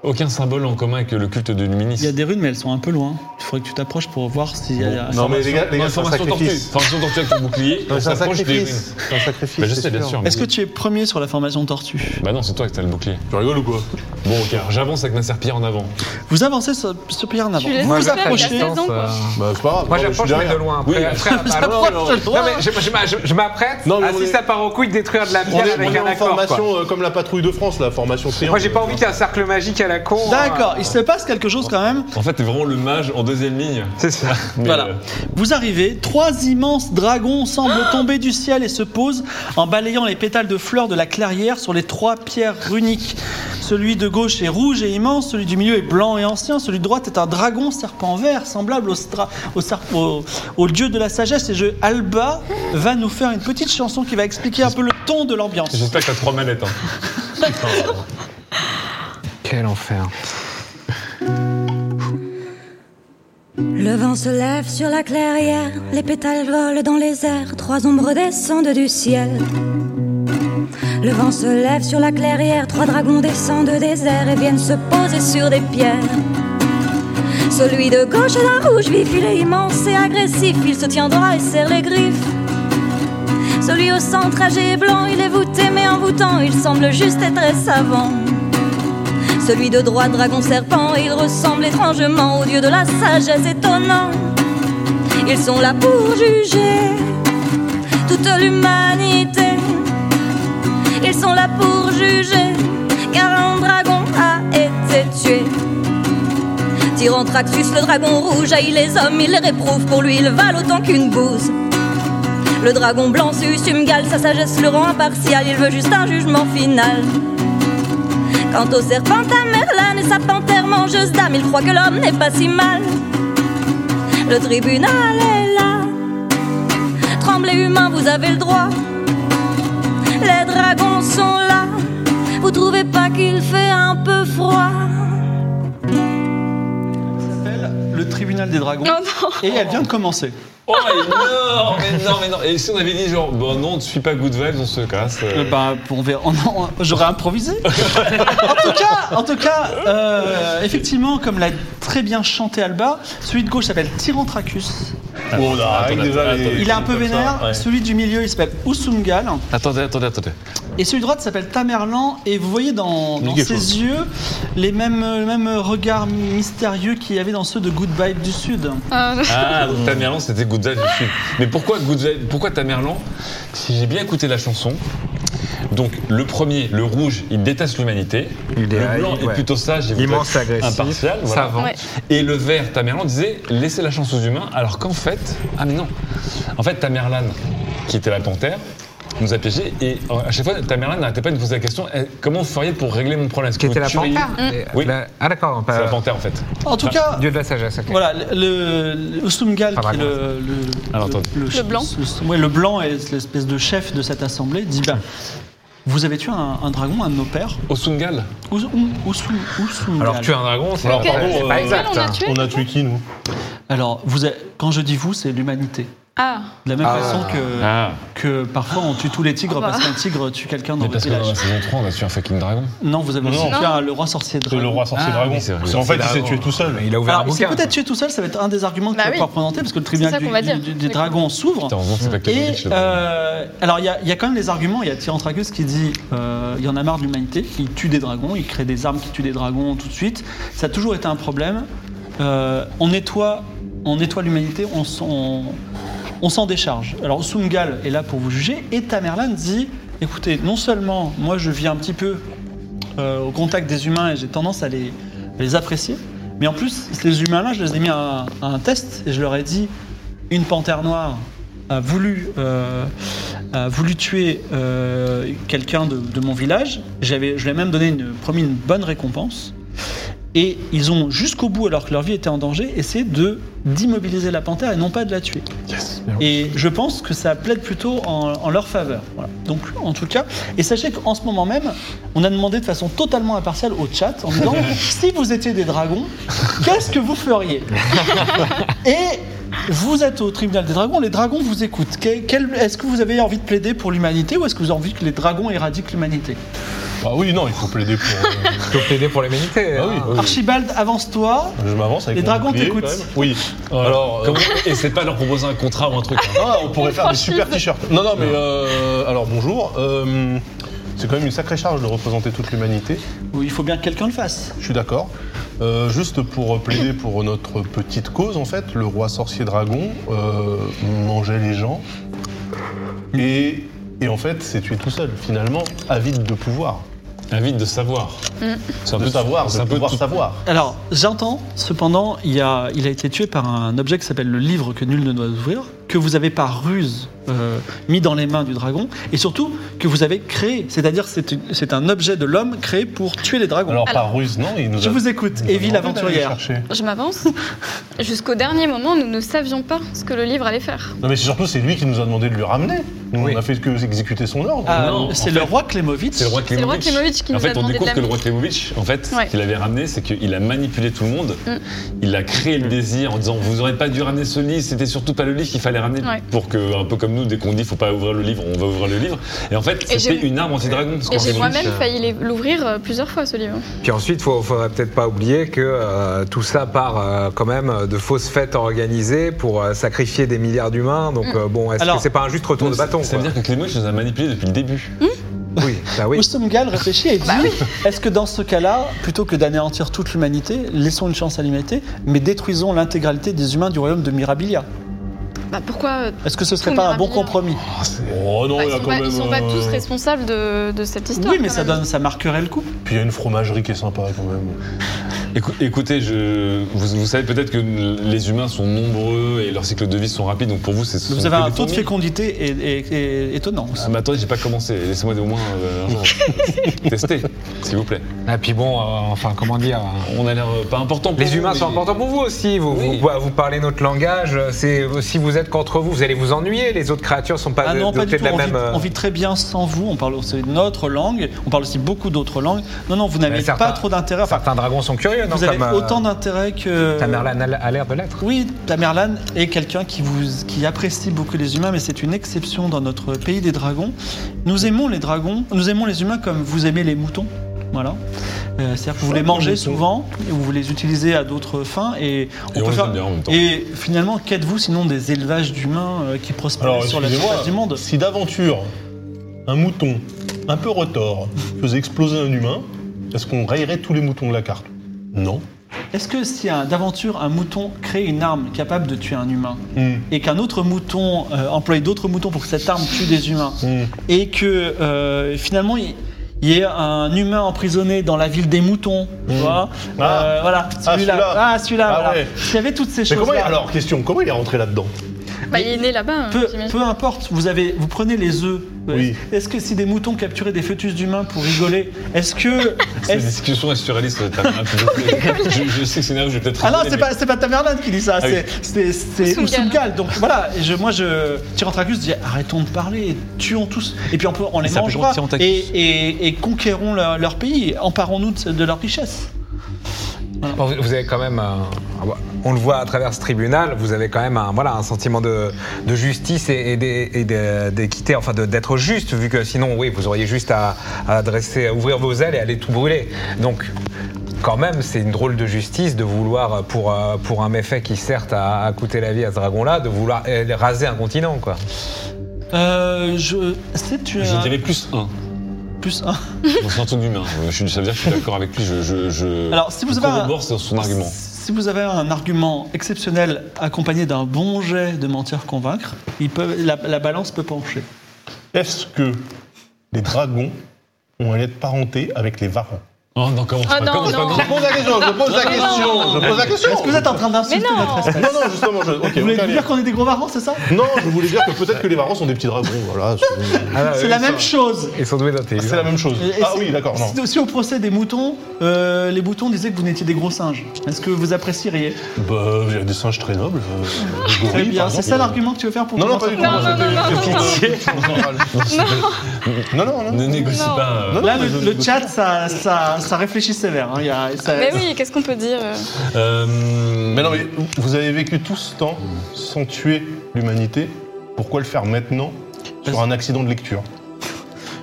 [SPEAKER 5] Aucun symbole en commun avec le culte de Luminis
[SPEAKER 3] Il y a des runes, mais elles sont un peu loin. Il faudrait que tu t'approches pour voir s'il y a.
[SPEAKER 2] Non, mais les gars, les gars, c'est un
[SPEAKER 5] Formation tortue.
[SPEAKER 2] sacrifice.
[SPEAKER 5] Formation tortue avec ton bouclier.
[SPEAKER 2] Non,
[SPEAKER 5] on
[SPEAKER 2] mais C'est un
[SPEAKER 5] s'approche des ruines.
[SPEAKER 2] sacrifice. C'est un sacrifice.
[SPEAKER 5] Bah, je
[SPEAKER 2] c'est
[SPEAKER 5] sais, bien
[SPEAKER 2] sûr.
[SPEAKER 5] sûr. mais-
[SPEAKER 3] Est-ce que tu es premier sur la formation tortue
[SPEAKER 5] Bah non, c'est toi que t'as le bouclier.
[SPEAKER 2] Tu rigoles ou quoi
[SPEAKER 5] Bon, ok, alors j'avance avec ma serpillère en avant.
[SPEAKER 3] Vous avancez sur ce pierre en avant.
[SPEAKER 4] Tu laisses
[SPEAKER 3] Vous
[SPEAKER 4] Moi,
[SPEAKER 3] vous
[SPEAKER 4] j'approche.
[SPEAKER 3] approchez.
[SPEAKER 4] T'as 16 ans, quoi.
[SPEAKER 2] Bah, c'est pas grave.
[SPEAKER 6] euh, Moi,
[SPEAKER 2] Non, mais je suis
[SPEAKER 6] j'approche, mais de
[SPEAKER 2] derrière.
[SPEAKER 6] loin. Après,
[SPEAKER 5] Oui.
[SPEAKER 6] après, à- à loin.
[SPEAKER 3] Approche de
[SPEAKER 6] Non,
[SPEAKER 3] loin.
[SPEAKER 6] mais je, je m'a- je- je m'apprête
[SPEAKER 2] Non, mais
[SPEAKER 6] à,
[SPEAKER 2] on
[SPEAKER 6] si
[SPEAKER 2] est-
[SPEAKER 6] ça part aux couilles, détruire de la
[SPEAKER 2] On
[SPEAKER 6] pierre
[SPEAKER 2] est,
[SPEAKER 6] avec
[SPEAKER 2] on est
[SPEAKER 6] un
[SPEAKER 2] en
[SPEAKER 6] accord, quoi.
[SPEAKER 2] formation euh, comme la patrouille de France, la formation triangle.
[SPEAKER 6] Moi, j'ai pas envie qu'il y ait un cercle magique à la con. hein.
[SPEAKER 3] D'accord, il se passe quelque chose quand même.
[SPEAKER 5] En fait, t'es vraiment le mage en deuxième ligne.
[SPEAKER 6] C'est ça.
[SPEAKER 5] Mais,
[SPEAKER 3] Voilà.
[SPEAKER 5] euh,
[SPEAKER 3] Vous arrivez, trois immenses dragons semblent tomber du ciel et se posent en balayant les pétales de fleurs de la clairière sur les trois pierres runiques. Celui de gauche est rouge et immense, celui du milieu est blanc et ancien, celui de droite est un dragon serpent vert semblable au, stra- au, serp- au- au dieu de la sagesse. Et je, Alba va nous faire une petite chanson qui va expliquer un peu le ton de l'ambiance.
[SPEAKER 5] J'espère que t'as trois manettes. hein.
[SPEAKER 6] Quel enfer.
[SPEAKER 7] Le vent se lève sur la clairière, les pétales volent dans les airs, trois ombres descendent du ciel. Le vent se lève sur la clairière, trois dragons descendent des airs et viennent se poser sur des pierres. Celui de gauche est d'un rouge vif, il est immense et agressif, il se tient droit et serre les griffes. Celui au centre âgé et blanc, il est voûté mais envoûtant, il semble juste et très savant. Celui de droite, dragon serpent, il ressemble étrangement au dieu de la sagesse étonnant. Ils sont là pour juger toute l'humanité. Ils sont là pour juger, car un dragon a été tué. Tyrantraxus, le dragon rouge, haït les hommes, il les réprouve. Pour lui, ils valent autant qu'une bouse. Le dragon blanc, Sussumgal, sa sagesse le rend impartial, il veut juste un jugement final. Quant au serpent à Merlin et sa panthère mangeuse d'âme, il croit que l'homme n'est pas si mal. Le tribunal est là. Tremblez humains, vous avez le droit. Les dragons sont là. Vous trouvez pas qu'il fait un peu froid
[SPEAKER 3] Le tribunal des dragons.
[SPEAKER 4] Oh
[SPEAKER 3] Et elle vient de commencer.
[SPEAKER 5] Oh, mais non, mais non, mais non. Et si on avait dit, genre, bon, non, on ne suit pas Good Vibes, on se casse. euh,
[SPEAKER 3] Euh, bah, on verra. on- on- J'aurais improvisé. en tout cas, en tout cas euh, effectivement, comme l'a très bien chanté Alba, celui de gauche s'appelle Tyrantracus.
[SPEAKER 2] Oh, là, rien que
[SPEAKER 5] Attends,
[SPEAKER 2] déjà,
[SPEAKER 5] attends,
[SPEAKER 2] les-
[SPEAKER 3] Il est un peu
[SPEAKER 2] comme ça,
[SPEAKER 3] vénère.
[SPEAKER 2] ouais.
[SPEAKER 3] Celui du milieu, il s'appelle Usumgal.
[SPEAKER 5] Attendez, attendez, attendez.
[SPEAKER 3] Et celui de droite s'appelle Tamerlan. Et vous voyez dans, dans ses
[SPEAKER 2] quelque chose.
[SPEAKER 3] yeux les mêmes, le même regard mystérieux qu'il y avait dans ceux de Good Vibe du Sud.
[SPEAKER 4] non.
[SPEAKER 5] Ah, donc Tamerlan, c'était Good Vibes du Sud. Mais pourquoi, Good Vibes- pourquoi Tamerlan Si j'ai bien écouté la chanson, donc le premier, le rouge, il déteste l'humanité.
[SPEAKER 6] Il est-
[SPEAKER 5] le blanc
[SPEAKER 6] il- ouais.
[SPEAKER 5] est plutôt sage et
[SPEAKER 6] Immense,
[SPEAKER 5] voudrait être
[SPEAKER 6] agressif,
[SPEAKER 5] impartial. voilà.
[SPEAKER 6] Savant.
[SPEAKER 4] Ouais.
[SPEAKER 5] Et le vert, Tamerlan disait laissez la chance aux humains, alors qu'en fait, ah mais non, En fait, Tamerlan, qui était la panthère, nous a piégés et euh, à chaque fois, Tamerlan n'arrêtait pas de nous poser la question eh, comment vous feriez pour régler mon problème Est-ce
[SPEAKER 6] Qui
[SPEAKER 5] que
[SPEAKER 6] était
[SPEAKER 5] vous
[SPEAKER 6] la
[SPEAKER 5] tueriez
[SPEAKER 6] panthère
[SPEAKER 5] Oui.
[SPEAKER 6] La- Ah d'accord, pas-
[SPEAKER 5] C'est la panthère en fait.
[SPEAKER 3] En tout cas,
[SPEAKER 6] Dieu de la sagesse, ok.
[SPEAKER 3] voilà, le, le Sumgal,
[SPEAKER 6] Ah,
[SPEAKER 3] qui est
[SPEAKER 6] vraiment.
[SPEAKER 3] le, le,
[SPEAKER 5] Alors, attends.
[SPEAKER 4] Le blanc.
[SPEAKER 3] le- ouais, le blanc est l'espèce de chef de cette assemblée, dit bah, vous avez tué un, un dragon, un de nos pères,
[SPEAKER 5] Osungal
[SPEAKER 3] Ous- Ou- Ousu- Ousungal.
[SPEAKER 6] Alors tuer un dragon, c'est
[SPEAKER 2] Alors,
[SPEAKER 6] c'est
[SPEAKER 2] pardon,
[SPEAKER 6] pas
[SPEAKER 2] euh,
[SPEAKER 6] exact.
[SPEAKER 4] on a
[SPEAKER 6] hein.
[SPEAKER 4] tué
[SPEAKER 2] On a tué qui, nous
[SPEAKER 3] Alors, vous avez- quand je dis vous, c'est l'humanité.
[SPEAKER 4] Ah,
[SPEAKER 3] De la même
[SPEAKER 6] Ah.
[SPEAKER 3] façon que,
[SPEAKER 5] Ah,
[SPEAKER 3] que parfois on tue tous les tigres
[SPEAKER 4] Ah bah.
[SPEAKER 3] parce qu'un tigre tue quelqu'un dans
[SPEAKER 5] mais
[SPEAKER 3] votre
[SPEAKER 5] parce que dans
[SPEAKER 3] village.
[SPEAKER 5] la saison 3, on a tué un fucking dragon.
[SPEAKER 3] Non, vous avez aussi
[SPEAKER 2] Non.
[SPEAKER 3] tué un- le roi sorcier
[SPEAKER 2] C'est
[SPEAKER 3] dragon.
[SPEAKER 2] le roi sorcier
[SPEAKER 6] Ah,
[SPEAKER 2] dragon.
[SPEAKER 5] oui, c'est vrai.
[SPEAKER 2] Parce qu'en fait, il s'est
[SPEAKER 6] Dragon.
[SPEAKER 2] tué tout seul.
[SPEAKER 6] Il a ouvert
[SPEAKER 3] Alors,
[SPEAKER 6] un
[SPEAKER 3] il s'est
[SPEAKER 6] bouquin.
[SPEAKER 3] peut-être tué tout seul, ça va être un des arguments que
[SPEAKER 4] Bah
[SPEAKER 3] tu vas
[SPEAKER 4] oui.
[SPEAKER 3] pouvoir présenter, parce que le
[SPEAKER 4] ça
[SPEAKER 3] tribunal
[SPEAKER 4] qu'on va
[SPEAKER 3] du-
[SPEAKER 4] dire.
[SPEAKER 3] du- des
[SPEAKER 4] D'accord.
[SPEAKER 3] dragons s'ouvre.
[SPEAKER 5] Putain, heureusement que c'est pas que le
[SPEAKER 3] Et
[SPEAKER 5] Lich, le dragon.
[SPEAKER 3] euh, alors il y, a- il y a quand même les arguments, il y a Tyrantragus qui dit euh, il y en a marre de l'humanité, il tue des dragons, il crée des armes qui tuent des dragons tout de suite, ça a toujours été un problème, Euh, on nettoie on nettoie l'humanité, on s'en on s'en décharge. Alors Sungal est là pour vous juger et Tamerlan dit écoutez, non seulement moi je vis un petit peu euh, au contact des humains et j'ai tendance à les, à les apprécier. Mais en plus, ces humains-là, je les ai mis à un, à un test et je leur ai dit une panthère noire a voulu, euh, a voulu tuer euh, quelqu'un de, de mon village. J'avais, je lui ai même donné une, promis une bonne récompense. Et ils ont jusqu'au bout, alors que leur vie était en danger, essayé de d'immobiliser la panthère et non pas de la tuer. Et je pense que ça plaide plutôt en, en leur faveur. Voilà. Donc, en tout cas, et sachez qu'en ce moment même, on a demandé de façon totalement impartiale au chat en disant si vous étiez des dragons, qu'est-ce que vous feriez Et vous êtes au tribunal des dragons, les dragons vous écoutent. Que- quel- Est-ce que vous avez envie de plaider pour l'humanité ou est-ce que vous avez envie que les dragons éradiquent l'humanité
[SPEAKER 2] Ah oui, non, il faut plaider pour. euh,
[SPEAKER 6] Plutôt plaider pour l'humanité. hein.
[SPEAKER 2] Ah oui, oui.
[SPEAKER 3] Archibald, avance-toi.
[SPEAKER 2] Je m'avance avec
[SPEAKER 3] Les
[SPEAKER 2] mon
[SPEAKER 3] dragons
[SPEAKER 2] bouclier,
[SPEAKER 3] t'écoutent.
[SPEAKER 2] quand même. Oui.
[SPEAKER 5] Alors,
[SPEAKER 2] Alors, euh,
[SPEAKER 5] et c'est pas leur proposer un contrat ou un truc. hein.
[SPEAKER 2] ah, on pourrait faire des super t-shirts. Non, non, mais euh, alors bonjour. Euh, c'est quand même une sacrée charge de représenter toute l'humanité.
[SPEAKER 3] Ou il faut bien que quelqu'un le fasse.
[SPEAKER 2] Je suis d'accord. Euh, juste pour plaider pour notre petite cause, en fait, le roi sorcier dragon euh, mangeait les gens et, et en fait s'est tué tout seul, finalement, avide de pouvoir.
[SPEAKER 5] Invite de savoir.
[SPEAKER 4] Mm.
[SPEAKER 5] C'est un
[SPEAKER 2] De
[SPEAKER 5] peu
[SPEAKER 2] savoir,
[SPEAKER 5] c'est
[SPEAKER 2] de
[SPEAKER 5] un peu
[SPEAKER 2] pouvoir
[SPEAKER 5] tout-
[SPEAKER 2] savoir.
[SPEAKER 3] Alors, j'entends, cependant, il, y a, il a été tué par un objet qui s'appelle le livre que nul ne doit ouvrir, que vous avez par ruse euh, mis dans les mains du dragon, et surtout que vous avez créé, c'est-à-dire c'est une- c'est un objet de l'homme créé pour tuer les dragons.
[SPEAKER 2] Alors, par ruse, non, il nous
[SPEAKER 3] Je
[SPEAKER 2] a-
[SPEAKER 3] vous écoute,
[SPEAKER 2] il nous a
[SPEAKER 3] Evie
[SPEAKER 2] demandé d'aller
[SPEAKER 3] l'aventurière.
[SPEAKER 2] chercher.
[SPEAKER 4] je m'avance. Jusqu'au dernier moment, nous ne savions pas ce que le livre allait faire.
[SPEAKER 2] Non, mais c'est surtout, c'est lui qui nous a demandé de lui ramener. Nous,
[SPEAKER 6] Oui.
[SPEAKER 2] on a fait que exécuter son ordre.
[SPEAKER 3] Ah,
[SPEAKER 5] non,
[SPEAKER 3] c'est
[SPEAKER 5] en
[SPEAKER 3] le
[SPEAKER 5] fait,
[SPEAKER 3] roi Klemovitch.
[SPEAKER 5] C'est le roi
[SPEAKER 4] C'est le roi
[SPEAKER 5] Klemovic.
[SPEAKER 4] Klimovic qui
[SPEAKER 5] En
[SPEAKER 4] nous a
[SPEAKER 5] fait, on
[SPEAKER 4] demandé de
[SPEAKER 5] découvre que le
[SPEAKER 4] l'amener.
[SPEAKER 5] roi Klemovic, en fait,
[SPEAKER 4] Ouais.
[SPEAKER 5] ce qu'il avait ramené, c'est qu'il a manipulé tout le monde.
[SPEAKER 4] Mm.
[SPEAKER 5] Il a créé le désir en disant Vous aurez pas dû ramener ce livre, c'était surtout pas le livre qu'il fallait ramener.
[SPEAKER 4] Ouais.
[SPEAKER 5] Pour que, un peu comme nous, dès qu'on dit Faut pas ouvrir le livre, on va ouvrir le livre. Et en fait,
[SPEAKER 4] Et
[SPEAKER 5] c'était
[SPEAKER 4] j'ai-
[SPEAKER 5] une arme anti-dragon. parce
[SPEAKER 4] Et
[SPEAKER 5] qu'en
[SPEAKER 4] j'ai
[SPEAKER 5] fait,
[SPEAKER 4] moi-même
[SPEAKER 6] euh,
[SPEAKER 4] failli les- l'ouvrir euh, plusieurs fois ce livre.
[SPEAKER 6] Puis ensuite, il faudrait peut-être pas oublier que euh, tout ça part euh, quand même de fausses fêtes organisées pour euh, sacrifier des milliards d'humains. Donc
[SPEAKER 3] Mm.
[SPEAKER 6] euh, bon, est-ce
[SPEAKER 3] Alors-
[SPEAKER 6] que c'est pas un juste retour de
[SPEAKER 5] ça-
[SPEAKER 6] bâton
[SPEAKER 5] Ça veut
[SPEAKER 6] quoi
[SPEAKER 5] dire que Klemovic nous a manipulé depuis le début.
[SPEAKER 6] Oui, bah oui.
[SPEAKER 3] Ousumgal réfléchit et dit est-ce que dans ce cas-là, plutôt que d'anéantir toute l'humanité, laissons une chance à l'humanité, mais détruisons l'intégralité des humains du royaume de Mirabilia
[SPEAKER 4] Bah pourquoi euh,
[SPEAKER 3] Est-ce que ce serait
[SPEAKER 4] Tout
[SPEAKER 3] pas un bon
[SPEAKER 4] Mirabilia.
[SPEAKER 3] compromis
[SPEAKER 2] Oh non,
[SPEAKER 4] bah,
[SPEAKER 2] il
[SPEAKER 4] Ils
[SPEAKER 2] y a
[SPEAKER 4] sont
[SPEAKER 2] quand
[SPEAKER 4] pas-
[SPEAKER 2] même.
[SPEAKER 4] ils sont pas
[SPEAKER 2] euh,
[SPEAKER 4] tous responsables de, de cette histoire.
[SPEAKER 3] Oui, mais
[SPEAKER 4] quand
[SPEAKER 3] ça,
[SPEAKER 4] même.
[SPEAKER 3] donne, ça marquerait le coup.
[SPEAKER 2] Puis il y a une fromagerie qui est sympa quand même.
[SPEAKER 5] Écou- Écoutez, je, vous, vous savez peut-être que les humains sont nombreux et leurs cycles de vie sont rapides, donc pour vous, c'est ce
[SPEAKER 3] Vous
[SPEAKER 5] sont
[SPEAKER 3] avez
[SPEAKER 5] que
[SPEAKER 3] un
[SPEAKER 5] des
[SPEAKER 3] taux de
[SPEAKER 5] fourmis.
[SPEAKER 3] fécondité é- é- é- étonnant.
[SPEAKER 5] Ah, mais attendez, j'ai pas commencé. Laissez-moi au moins euh, un jour. tester, s'il vous plaît.
[SPEAKER 6] Et puis bon, euh, enfin, comment dire euh,
[SPEAKER 5] On a l'air euh, pas important. pour
[SPEAKER 6] Les
[SPEAKER 5] vous,
[SPEAKER 6] humains
[SPEAKER 5] mais-
[SPEAKER 6] sont importants pour vous aussi. Vous,
[SPEAKER 5] Oui.
[SPEAKER 6] vous, vous parlez notre langage. euh, C'est si vous êtes contre vous, vous allez vous ennuyer. Les autres créatures sont pas
[SPEAKER 3] Ah non, pas
[SPEAKER 6] dotées
[SPEAKER 3] du
[SPEAKER 6] de
[SPEAKER 3] tout.
[SPEAKER 6] la
[SPEAKER 3] On vit,
[SPEAKER 6] même. euh,
[SPEAKER 3] on vit très bien sans vous. On parle aussi notre langue. On parle aussi beaucoup d'autres langues. Non, non, vous n'avez
[SPEAKER 6] mais
[SPEAKER 3] pas trop d'intérêt. Enfin,
[SPEAKER 6] certains dragons sont curieux. non,
[SPEAKER 3] vous avez
[SPEAKER 6] comme, euh,
[SPEAKER 3] autant d'intérêt que.
[SPEAKER 6] Tamerlan a a l'air de l'être.
[SPEAKER 3] Oui, Tamerlan est quelqu'un qui, vous, qui apprécie beaucoup les humains, mais c'est une exception dans notre pays des dragons. Nous aimons les dragons, nous aimons les humains comme vous aimez les moutons. Voilà. Euh, C'est-à-dire que vous les mangez souvent, et vous les utilisez à d'autres fins, et
[SPEAKER 5] Et on les aime bien en même temps.
[SPEAKER 3] Et finalement, qu'êtes-vous sinon des élevages d'humains euh, qui prospèrent
[SPEAKER 2] Alors,
[SPEAKER 3] sur la
[SPEAKER 2] excusez-moi,
[SPEAKER 3] surface du monde
[SPEAKER 2] si d'aventure, un mouton un peu retors faisait exploser un humain, est-ce qu'on rayerait tous les moutons de la carte Non.
[SPEAKER 3] Est-ce que si un- d'aventure un mouton crée une arme capable de tuer un humain
[SPEAKER 2] Hmm.
[SPEAKER 3] et qu'un autre mouton euh, emploie d'autres moutons pour que cette arme tue des humains
[SPEAKER 5] Hmm.
[SPEAKER 2] Hmm.
[SPEAKER 3] et que euh, finalement il il y ait un humain emprisonné dans la ville des moutons, tu vois Euh, voilà, celui-là,
[SPEAKER 2] Mmh. Ah. celui-là.
[SPEAKER 3] ah celui-là,
[SPEAKER 2] Ah
[SPEAKER 3] voilà.
[SPEAKER 2] ouais.
[SPEAKER 3] S'il y avait toutes ces
[SPEAKER 2] Mais
[SPEAKER 3] choses
[SPEAKER 2] comment il-
[SPEAKER 3] là.
[SPEAKER 2] alors, question, comment il est rentré là-dedans
[SPEAKER 4] Bah, il est né là-bas.
[SPEAKER 3] Peu,
[SPEAKER 4] j'imagine.
[SPEAKER 3] peu importe, vous, avez, vous prenez les œufs.
[SPEAKER 2] Oui.
[SPEAKER 3] Est-ce que si des moutons capturaient des fœtus d'humains pour rigoler, est-ce que.
[SPEAKER 5] Cette
[SPEAKER 3] est-ce-
[SPEAKER 5] discussion est surréaliste, ça termine un peu de- je, je sais que c'est nerveux, je vais peut-être.
[SPEAKER 3] Ah non,
[SPEAKER 5] rigoler,
[SPEAKER 3] c'est
[SPEAKER 5] mais-
[SPEAKER 3] pas, c'est pas Tamerlan qui dit ça,
[SPEAKER 5] Ah
[SPEAKER 3] c'est-
[SPEAKER 5] oui.
[SPEAKER 3] c'est c'est
[SPEAKER 4] Oussoumgal.
[SPEAKER 3] Oussoumgal. Donc voilà, je, moi je. Tyrantracus dit arrêtons de parler, tuons tous. Et puis on, peut, on les
[SPEAKER 8] Il s'appelle
[SPEAKER 3] mangera
[SPEAKER 8] Tyrantracus.
[SPEAKER 3] et, et, et conquérons leur, leur pays, emparons-nous de, de leur richesse.
[SPEAKER 6] Bon, vous- vous avez quand même, un- on le voit à travers ce tribunal, vous avez quand même un, voilà, un sentiment de, de justice et, et d'é- et d'é- d'équité, enfin de- d'être juste, vu que sinon, oui, vous auriez juste à, à adresser, à ouvrir vos ailes et aller tout brûler. Donc, quand même, c'est une drôle de justice de vouloir, pour, euh, pour un méfait qui certes a, a coûté la vie à ce dragon-là, de vouloir euh, raser un continent, quoi.
[SPEAKER 3] Euh, je. C'est
[SPEAKER 5] Je
[SPEAKER 3] un.
[SPEAKER 5] dirais plus un.
[SPEAKER 3] Plus un.
[SPEAKER 5] On se sent d'humain. Je suis, ça veut dire que je suis d'accord avec lui. Je, je, je,
[SPEAKER 3] Alors, si vous
[SPEAKER 5] je
[SPEAKER 3] avez un-
[SPEAKER 5] corrobore son- son argument.
[SPEAKER 3] Si vous avez un argument exceptionnel accompagné d'un bon jet de mentir-convaincre, il peut- la, la balance peut pencher.
[SPEAKER 2] Est-ce que les dragons ont un lien de parenté avec les varans
[SPEAKER 5] Oh non, commence
[SPEAKER 4] Ah
[SPEAKER 5] pas,
[SPEAKER 4] non,
[SPEAKER 5] commence
[SPEAKER 4] non.
[SPEAKER 5] pas,
[SPEAKER 2] Je pose la question, je pose la question, je pose la question.
[SPEAKER 3] Est-ce que vous êtes en train d'insulter
[SPEAKER 4] Mais non.
[SPEAKER 3] notre espèce
[SPEAKER 2] Non, non, justement, je. ok,
[SPEAKER 3] Vous voulez
[SPEAKER 2] aucun
[SPEAKER 3] nous
[SPEAKER 2] lien.
[SPEAKER 3] dire qu'on est des gros marrons, c'est ça
[SPEAKER 2] Non, je voulais dire que peut-être que les varans sont des petits dragons, voilà. c'est-
[SPEAKER 3] C'est la même chose.
[SPEAKER 6] Ils sont doués d'intelligence.
[SPEAKER 2] C'est la même chose.
[SPEAKER 3] Et- et
[SPEAKER 2] Ah
[SPEAKER 3] si-
[SPEAKER 2] oui, d'accord, non.
[SPEAKER 3] Si, si au procès des moutons, euh, les moutons disaient que vous n'étiez des gros singes. Est-ce que vous apprécieriez
[SPEAKER 2] Bah, il y a des singes très nobles. euh, des
[SPEAKER 3] Très
[SPEAKER 2] gorilles,
[SPEAKER 3] bien,
[SPEAKER 2] par
[SPEAKER 3] c'est
[SPEAKER 2] exemple.
[SPEAKER 3] ça l'argument que tu veux faire pour
[SPEAKER 2] Non, non, pas
[SPEAKER 3] convaincre-
[SPEAKER 2] du tout.
[SPEAKER 4] Non,
[SPEAKER 2] moi,
[SPEAKER 4] non, non,
[SPEAKER 2] c'était
[SPEAKER 4] non,
[SPEAKER 2] question générale. Non, non,
[SPEAKER 5] Ne
[SPEAKER 2] non.
[SPEAKER 5] négocie
[SPEAKER 4] Non.
[SPEAKER 5] pas. euh,
[SPEAKER 2] Non, non,
[SPEAKER 3] Là,
[SPEAKER 2] mais
[SPEAKER 3] le,
[SPEAKER 2] je-
[SPEAKER 3] le chat, ça, ça, ça réfléchit sévère. hein. Il y a- ça-
[SPEAKER 4] Mais oui, qu'est-ce qu'on peut dire euh
[SPEAKER 5] euh,
[SPEAKER 2] Mais non, mais vous avez vécu tout ce temps sans tuer l'humanité. Pourquoi le faire maintenant sur un accident de lecture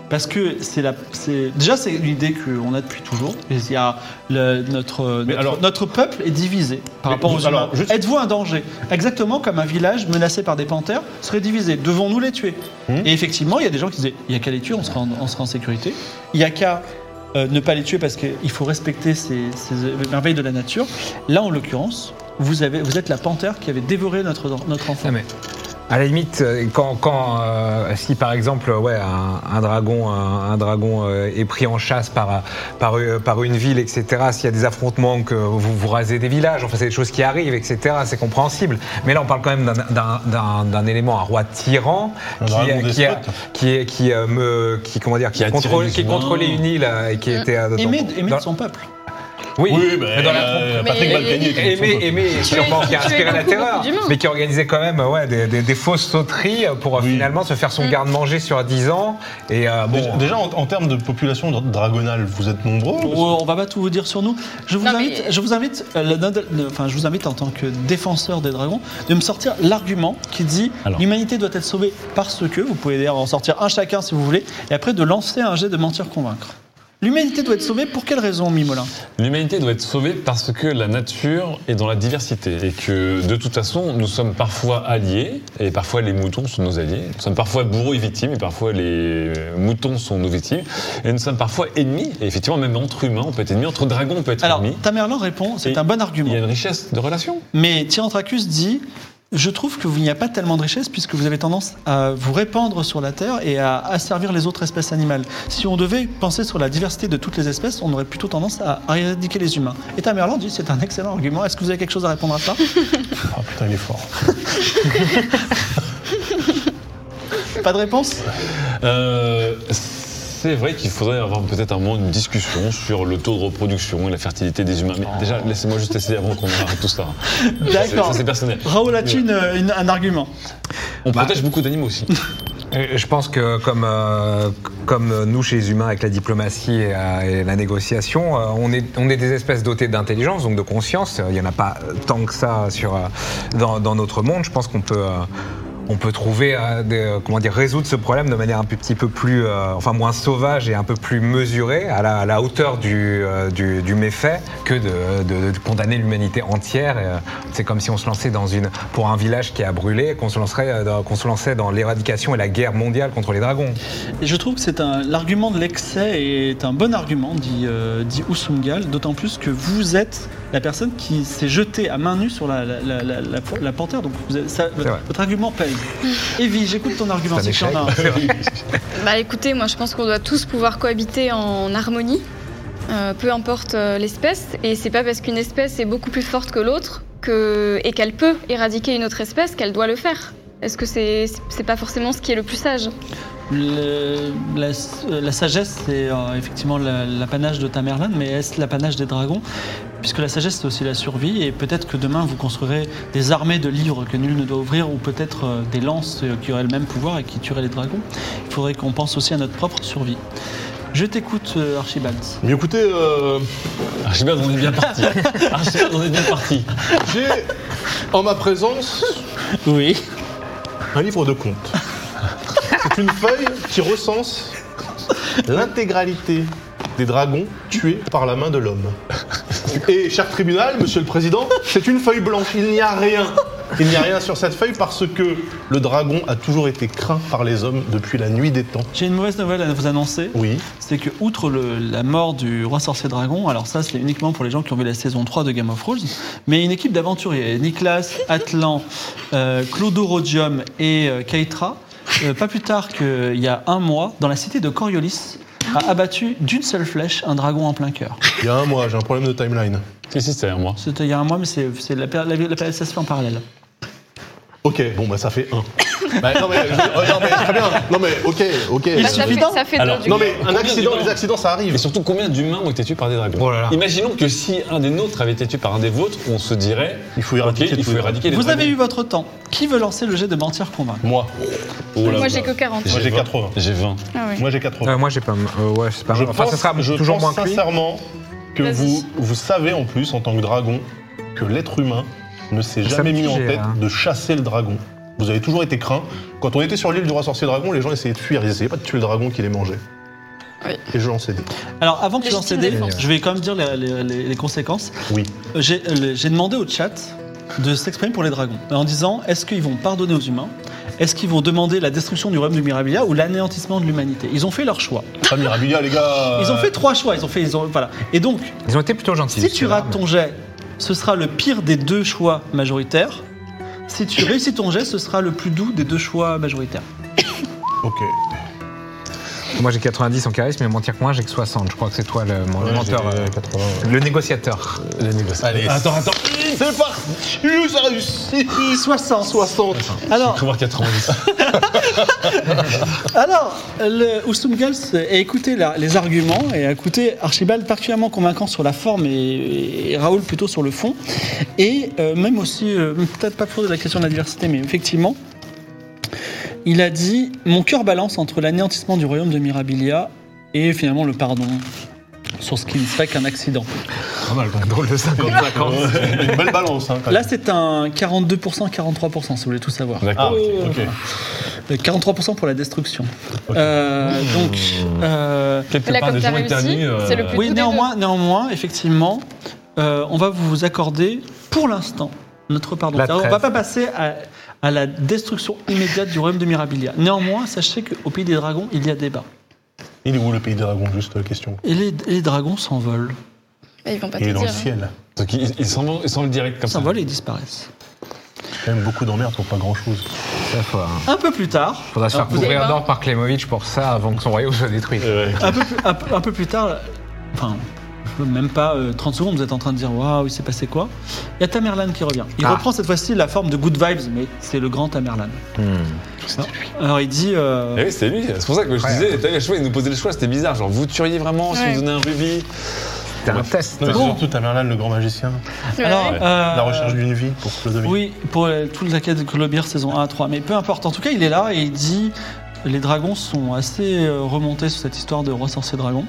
[SPEAKER 3] Parce que c'est la, c'est déjà c'est l'idée qu'on a depuis toujours. Il y a le- notre notre,
[SPEAKER 2] alors-
[SPEAKER 3] notre peuple est divisé par
[SPEAKER 2] Mais
[SPEAKER 3] rapport
[SPEAKER 2] vous-
[SPEAKER 3] aux humains.
[SPEAKER 2] alors, juste-
[SPEAKER 3] Êtes-vous un danger Exactement comme un village menacé par des panthères serait divisé. Devons-nous les tuer
[SPEAKER 2] Hmm.
[SPEAKER 3] Et effectivement, il y a des gens qui disaient il y a qu'à les tuer, on sera en, on sera en sécurité. Il y a qu'à euh, ne pas les tuer parce qu'il faut respecter ces, ces merveilles de la nature. Là, en l'occurrence, vous avez vous êtes la panthère qui avait dévoré notre notre enfant.
[SPEAKER 2] Ah,
[SPEAKER 6] Non, Ah, mais à la limite, euh, quand, quand, euh, si par exemple, ouais, un, un dragon, un, un dragon euh, est pris en chasse par euh, par, euh, par une ville, etc. S'il y a des affrontements, que vous vous rasez des villages, enfin c'est des choses qui arrivent, etc. C'est compréhensible. Mais là, on parle quand même d'un- d'un- d'un d'un élément, un roi tyran
[SPEAKER 2] Un
[SPEAKER 6] qui,
[SPEAKER 2] dragon
[SPEAKER 6] euh, qui,
[SPEAKER 2] despote.
[SPEAKER 6] euh, qui, est- qui, euh, me, qui comment dire, qui,
[SPEAKER 5] Qui a
[SPEAKER 6] contrôle,
[SPEAKER 5] tiré
[SPEAKER 6] qui
[SPEAKER 5] les
[SPEAKER 6] contrôlait
[SPEAKER 5] humains.
[SPEAKER 6] une île euh, et qui était euh, dans-
[SPEAKER 3] Aimer, aimer
[SPEAKER 6] dans-
[SPEAKER 3] de son peuple.
[SPEAKER 6] oui,
[SPEAKER 5] Oui,
[SPEAKER 6] mais
[SPEAKER 5] mais
[SPEAKER 6] dans la trompe.
[SPEAKER 5] euh,
[SPEAKER 4] Mais-
[SPEAKER 5] Patrick Balkany était
[SPEAKER 6] Aimé, aimé, sûrement, qui a
[SPEAKER 4] tuer
[SPEAKER 6] inspiré la
[SPEAKER 4] beaucoup,
[SPEAKER 6] terreur,
[SPEAKER 4] beaucoup d'humains.
[SPEAKER 6] mais qui organisait quand même euh, ouais, des, des- des fausses sauteries euh, pour euh,
[SPEAKER 2] Oui.
[SPEAKER 6] finalement se faire son garde-manger sur 10 ans. Et euh, bon,
[SPEAKER 2] Déjà, déjà, en, en termes de population dra- dragonale, vous êtes nombreux parce que-
[SPEAKER 3] Oh, on va pas tout vous dire sur nous. Je vous
[SPEAKER 4] Non, mais-
[SPEAKER 3] invite, je vous invite, euh, le- le- enfin, je vous invite en tant que défenseur des dragons de me sortir l'argument qui dit
[SPEAKER 5] Alors.
[SPEAKER 3] l'humanité doit être sauvée parce que vous pouvez d'ailleurs en sortir un chacun si vous voulez, et après de lancer un jet de mentir convaincre. L'humanité doit être sauvée pour quelle raison, Mimolin
[SPEAKER 5] L'humanité doit être sauvée parce que la nature est dans la diversité et que de toute façon nous sommes parfois alliés et parfois les moutons sont nos alliés. Nous sommes parfois bourreaux et victimes et parfois les moutons sont nos victimes et nous sommes parfois ennemis. Et effectivement même entre humains on peut être ennemi, entre dragons on peut être
[SPEAKER 3] Alors,
[SPEAKER 5] ennemi.
[SPEAKER 3] Tamerlan répond, c'est
[SPEAKER 5] Et
[SPEAKER 3] un bon
[SPEAKER 5] Il y
[SPEAKER 3] argument.
[SPEAKER 5] a une richesse de relations.
[SPEAKER 3] Mais Tyrantracus dit Je trouve que vous n'y a pas tellement de richesse puisque vous avez tendance à vous répandre sur la Terre et à asservir les autres espèces animales. Si on devait penser sur la diversité de toutes les espèces, on aurait plutôt tendance à éradiquer les humains. Et Tamerlan dit C'est un excellent argument. Est-ce que vous avez quelque chose à répondre à ça
[SPEAKER 2] Ah putain, il est fort.
[SPEAKER 3] Pas de réponse
[SPEAKER 5] Euh, c'est vrai qu'il faudrait avoir peut-être un moment une discussion sur le taux de reproduction et la fertilité des humains. Mais déjà laissez-moi juste essayer avant qu'on arrête tout ça.
[SPEAKER 3] D'accord.
[SPEAKER 5] Ça, c'est personnel. Euh,
[SPEAKER 3] Raoul, as-tu une- une- un argument
[SPEAKER 5] On protège beaucoup d'animaux aussi.
[SPEAKER 6] euh, je pense que comme, euh, comme nous, chez les humains, avec la diplomatie et, euh, et la négociation, euh, on, est, on est des espèces dotées d'intelligence, donc de conscience. Euh, Il n'y en a pas tant que ça sur, euh, dans, dans notre monde. Je pense qu'on peut... euh, on peut trouver, euh, des- euh, comment dire, résoudre ce problème de manière un peu- petit peu plus, euh, enfin moins sauvage et un peu plus mesurée, à la, à la hauteur du, euh, du, du méfait, que de, de- de condamner l'humanité entière. Et, euh, C'est comme si on se lançait dans une, pour un village qui a brûlé, qu'on se, lancerait, euh, dans- qu'on se lançait dans l'éradication et la guerre mondiale contre les dragons.
[SPEAKER 3] Et je trouve que c'est un l'argument de l'excès est un bon argument, dit, euh, dit Usungal, d'autant plus que vous êtes la personne qui s'est jetée à main nue sur la, la, la, la, la- la panthère, donc vous avez- ça-
[SPEAKER 6] vrai.
[SPEAKER 3] votre argument paye. Evie, j'écoute ton argument.
[SPEAKER 6] C'est un
[SPEAKER 3] si tu en as un.
[SPEAKER 4] Bah écoutez, moi je pense qu'on doit tous pouvoir cohabiter en harmonie, euh, peu importe euh, l'espèce. Et c'est pas parce qu'une espèce est beaucoup plus forte que l'autre que... et qu'elle peut éradiquer une autre espèce qu'elle doit le faire. Est-ce que c'est c'est pas forcément ce qui est le plus sage
[SPEAKER 3] Le- la, euh, la sagesse, c'est euh, effectivement la- l'apanage de Tamerlan, mais est-ce l'apanage des dragons Puisque la sagesse, c'est aussi la survie, et peut-être que demain, vous construirez des armées de livres que nul ne doit ouvrir, ou peut-être euh, des lances euh, qui auraient le même pouvoir et qui tueraient les dragons. Il faudrait qu'on pense aussi à notre propre survie. Je t'écoute, euh, Archibald.
[SPEAKER 2] Mais écoutez, euh,
[SPEAKER 5] Archibald, on est bien parti. Ah, Archibald, on est bien parti.
[SPEAKER 2] j'ai en ma présence
[SPEAKER 3] Oui.
[SPEAKER 2] un livre de comptes. C'est une feuille qui recense l'intégralité des dragons tués par la main de l'homme. Et cher tribunal, monsieur le président, c'est une feuille blanche, il n'y a rien. Il n'y a rien sur cette feuille parce que le dragon a toujours été craint par les hommes depuis la nuit des temps.
[SPEAKER 3] J'ai une mauvaise nouvelle à vous annoncer.
[SPEAKER 2] Oui.
[SPEAKER 3] c'est que outre le- la mort du roi sorcier dragon, alors ça c'est uniquement pour les gens qui ont vu la saison 3 de Game of Thrones, mais une équipe d'aventuriers, Nicolas, Atlan, euh, Clodo Rhodium et euh, Keitra, euh, pas plus tard qu'il y a un mois, dans la cité de Coriolis, a abattu d'une seule flèche un dragon en plein cœur.
[SPEAKER 2] Il y a un mois, j'ai un problème de timeline.
[SPEAKER 5] Si, si, c'est derrière moi.
[SPEAKER 3] C'était il y a un mois, mais c'est c'est la, péri- la, la période- ça se fait en parallèle.
[SPEAKER 2] Ok, bon bah ça fait un. Bah, non, mais, je- euh, non, mais très bien. Non mais ok, ok.
[SPEAKER 4] Bah, ça, fait, ça fait
[SPEAKER 5] Alors,
[SPEAKER 4] deux, du
[SPEAKER 2] Non
[SPEAKER 4] coup.
[SPEAKER 2] mais un accident, les accidents ça arrive.
[SPEAKER 5] Et surtout, combien d'humains ont été tués par des dragons
[SPEAKER 6] Oh là là.
[SPEAKER 5] Imaginons que si un des nôtres avait été tué par un des vôtres, on se dirait
[SPEAKER 2] Il faut éradiquer
[SPEAKER 5] Ok, il
[SPEAKER 2] tous
[SPEAKER 5] faut
[SPEAKER 2] les
[SPEAKER 5] éradiquer les
[SPEAKER 3] Vous
[SPEAKER 5] dragons.
[SPEAKER 3] avez eu votre temps. Qui veut lancer le jet de mentir convaincre
[SPEAKER 2] Moi.
[SPEAKER 5] Oh là
[SPEAKER 4] Moi
[SPEAKER 5] là.
[SPEAKER 4] j'ai que 40.
[SPEAKER 2] Moi, j'ai
[SPEAKER 5] 20.
[SPEAKER 2] 80.
[SPEAKER 5] J'ai 20.
[SPEAKER 4] Ah ouais.
[SPEAKER 2] Moi j'ai 80.
[SPEAKER 6] Euh, moi, j'ai pas. euh, ouais, c'est pas.
[SPEAKER 2] Je
[SPEAKER 6] enfin,
[SPEAKER 2] pense,
[SPEAKER 6] ça sera
[SPEAKER 2] je
[SPEAKER 6] toujours
[SPEAKER 2] pense
[SPEAKER 6] moins que lui.
[SPEAKER 2] sincèrement que
[SPEAKER 4] Vas-y.
[SPEAKER 2] vous, vous savez en plus, en tant que dragon, que l'être humain ne s'est
[SPEAKER 6] Ça
[SPEAKER 2] jamais
[SPEAKER 6] me
[SPEAKER 2] mis en
[SPEAKER 6] tue,
[SPEAKER 2] tête
[SPEAKER 6] hein.
[SPEAKER 2] de chasser le dragon. Vous avez toujours été craint. Quand on était sur l'île du roi sorcier dragon, les gens essayaient de fuir. Ils essayaient pas de tuer le dragon qui les mangeait.
[SPEAKER 4] Oui.
[SPEAKER 2] Et je l'en cédais.
[SPEAKER 3] Alors avant que tu lances les
[SPEAKER 4] Légitime
[SPEAKER 3] dés,
[SPEAKER 4] défense.
[SPEAKER 3] je vais quand même dire les- les- les- les conséquences.
[SPEAKER 2] Oui.
[SPEAKER 3] J'ai euh, le- j'ai demandé au chat de s'exprimer pour les dragons en disant est-ce qu'ils vont pardonner aux humains Est-ce qu'ils vont demander la destruction du royaume de Mirabilia ou l'anéantissement de l'humanité Ils ont fait leur choix.
[SPEAKER 2] Pas Mirabilia, les gars.
[SPEAKER 3] Ils ont fait trois choix. Ils ont fait. Ils ont, voilà. Et donc,
[SPEAKER 6] Ils ont été plutôt gentils.
[SPEAKER 3] si tu
[SPEAKER 6] ceux-là,
[SPEAKER 3] rates
[SPEAKER 6] mais-
[SPEAKER 3] ton jet, ce sera le pire des deux choix majoritaires. Si tu réussis ton jet, ce sera le plus doux des deux choix majoritaires.
[SPEAKER 2] Ok.
[SPEAKER 6] Moi, j'ai 90 en charisme, mais mentir que moi, j'ai que 60. Je crois que c'est toi le, mon- le
[SPEAKER 2] Ouais,
[SPEAKER 6] menteur.
[SPEAKER 2] j'ai
[SPEAKER 6] euh,
[SPEAKER 2] 80,
[SPEAKER 6] Le négociateur.
[SPEAKER 2] Allez.
[SPEAKER 5] Attends, attends.
[SPEAKER 2] C'est parti. J'ai réussi.
[SPEAKER 3] 60.
[SPEAKER 2] 60.
[SPEAKER 3] Alors,
[SPEAKER 5] Faut voir 90.
[SPEAKER 3] Alors, le Oustumgals a écouté la- les arguments et a écouté Archibald particulièrement convaincant sur la forme et, et Raoul plutôt sur le fond. Et euh, même aussi, euh, peut-être pas pour la question de la diversité, mais effectivement, il a dit Mon cœur balance entre l'anéantissement du royaume de Mirabilia et finalement le pardon sur ce qui ne serait qu'un accident.
[SPEAKER 6] Pas mal, drôle de 55 ans.
[SPEAKER 2] Une belle balance. Hein, quand
[SPEAKER 3] Là,
[SPEAKER 2] même.
[SPEAKER 3] c'est un 42%, 43%, si vous voulez tout savoir.
[SPEAKER 2] Ah,
[SPEAKER 5] D'accord.
[SPEAKER 6] Oh.
[SPEAKER 2] ok. ok.
[SPEAKER 3] 43% pour la destruction. Euh, donc. euh,
[SPEAKER 5] Quelque
[SPEAKER 4] Mais là,
[SPEAKER 5] part,
[SPEAKER 4] comme
[SPEAKER 5] des
[SPEAKER 4] t'as
[SPEAKER 5] gens
[SPEAKER 4] réussi,
[SPEAKER 5] éternuent, euh,
[SPEAKER 4] c'est le plus-
[SPEAKER 3] Oui,
[SPEAKER 4] tous les
[SPEAKER 3] néanmoins, néanmoins, effectivement, euh, on va vous accorder pour l'instant notre pardon.
[SPEAKER 6] La
[SPEAKER 3] C'est-à-dire, On ne va
[SPEAKER 6] trêve.
[SPEAKER 3] pas passer à, à la destruction immédiate du royaume de Mirabilia. Néanmoins, sachez qu'au pays des dragons, il y a débat.
[SPEAKER 2] Il est où le pays des dragons Juste euh, question.
[SPEAKER 3] Et les, et les dragons s'envolent.
[SPEAKER 4] Bah, Ils vont pas te
[SPEAKER 2] Il est dans le
[SPEAKER 4] dire.
[SPEAKER 2] ciel.
[SPEAKER 5] Donc, ils, ils s'en vont, ils s'en vont le direct comme
[SPEAKER 3] Ils
[SPEAKER 5] ça.
[SPEAKER 3] s'envolent et ils disparaissent.
[SPEAKER 2] Quand même beaucoup d'emmerdes pour pas grand chose.
[SPEAKER 6] hein.
[SPEAKER 3] Un peu plus tard,
[SPEAKER 6] Faudra se faire
[SPEAKER 4] vous avez
[SPEAKER 6] couvrir
[SPEAKER 4] pas-
[SPEAKER 6] d'or par Klemovic pour ça avant que son royaume soit détruit.
[SPEAKER 3] un peu, plus, un peu- un peu plus tard, enfin, même pas euh, 30 secondes, vous êtes en train de dire Waouh, il s'est passé quoi Il y a Tamerlan qui revient. Il
[SPEAKER 6] Ah.
[SPEAKER 3] reprend cette fois-ci la forme de Good Vibes, mais c'est le grand Tamerlan. Alors il dit. euh,
[SPEAKER 5] Eh oui, c'est lui. C'est pour ça que je
[SPEAKER 6] Ouais.
[SPEAKER 5] disais, t'as eu les choix, il nous posait les choix, c'était bizarre. Genre, vous tueriez vraiment si
[SPEAKER 4] Ouais.
[SPEAKER 5] vous donnez un rubis
[SPEAKER 6] C'était un test.
[SPEAKER 2] Non, mais c'est
[SPEAKER 3] Bon.
[SPEAKER 2] surtout Tamerlan, le grand magicien.
[SPEAKER 4] Ouais.
[SPEAKER 3] Alors, euh,
[SPEAKER 2] La recherche d'une vie pour Clodomir.
[SPEAKER 3] Oui, pour euh, tout le laquais de Colobière saison 1 à 3. Mais peu importe. En tout cas, il est là et il dit les dragons sont assez euh, remontés sur cette histoire de roi sorcier dragon.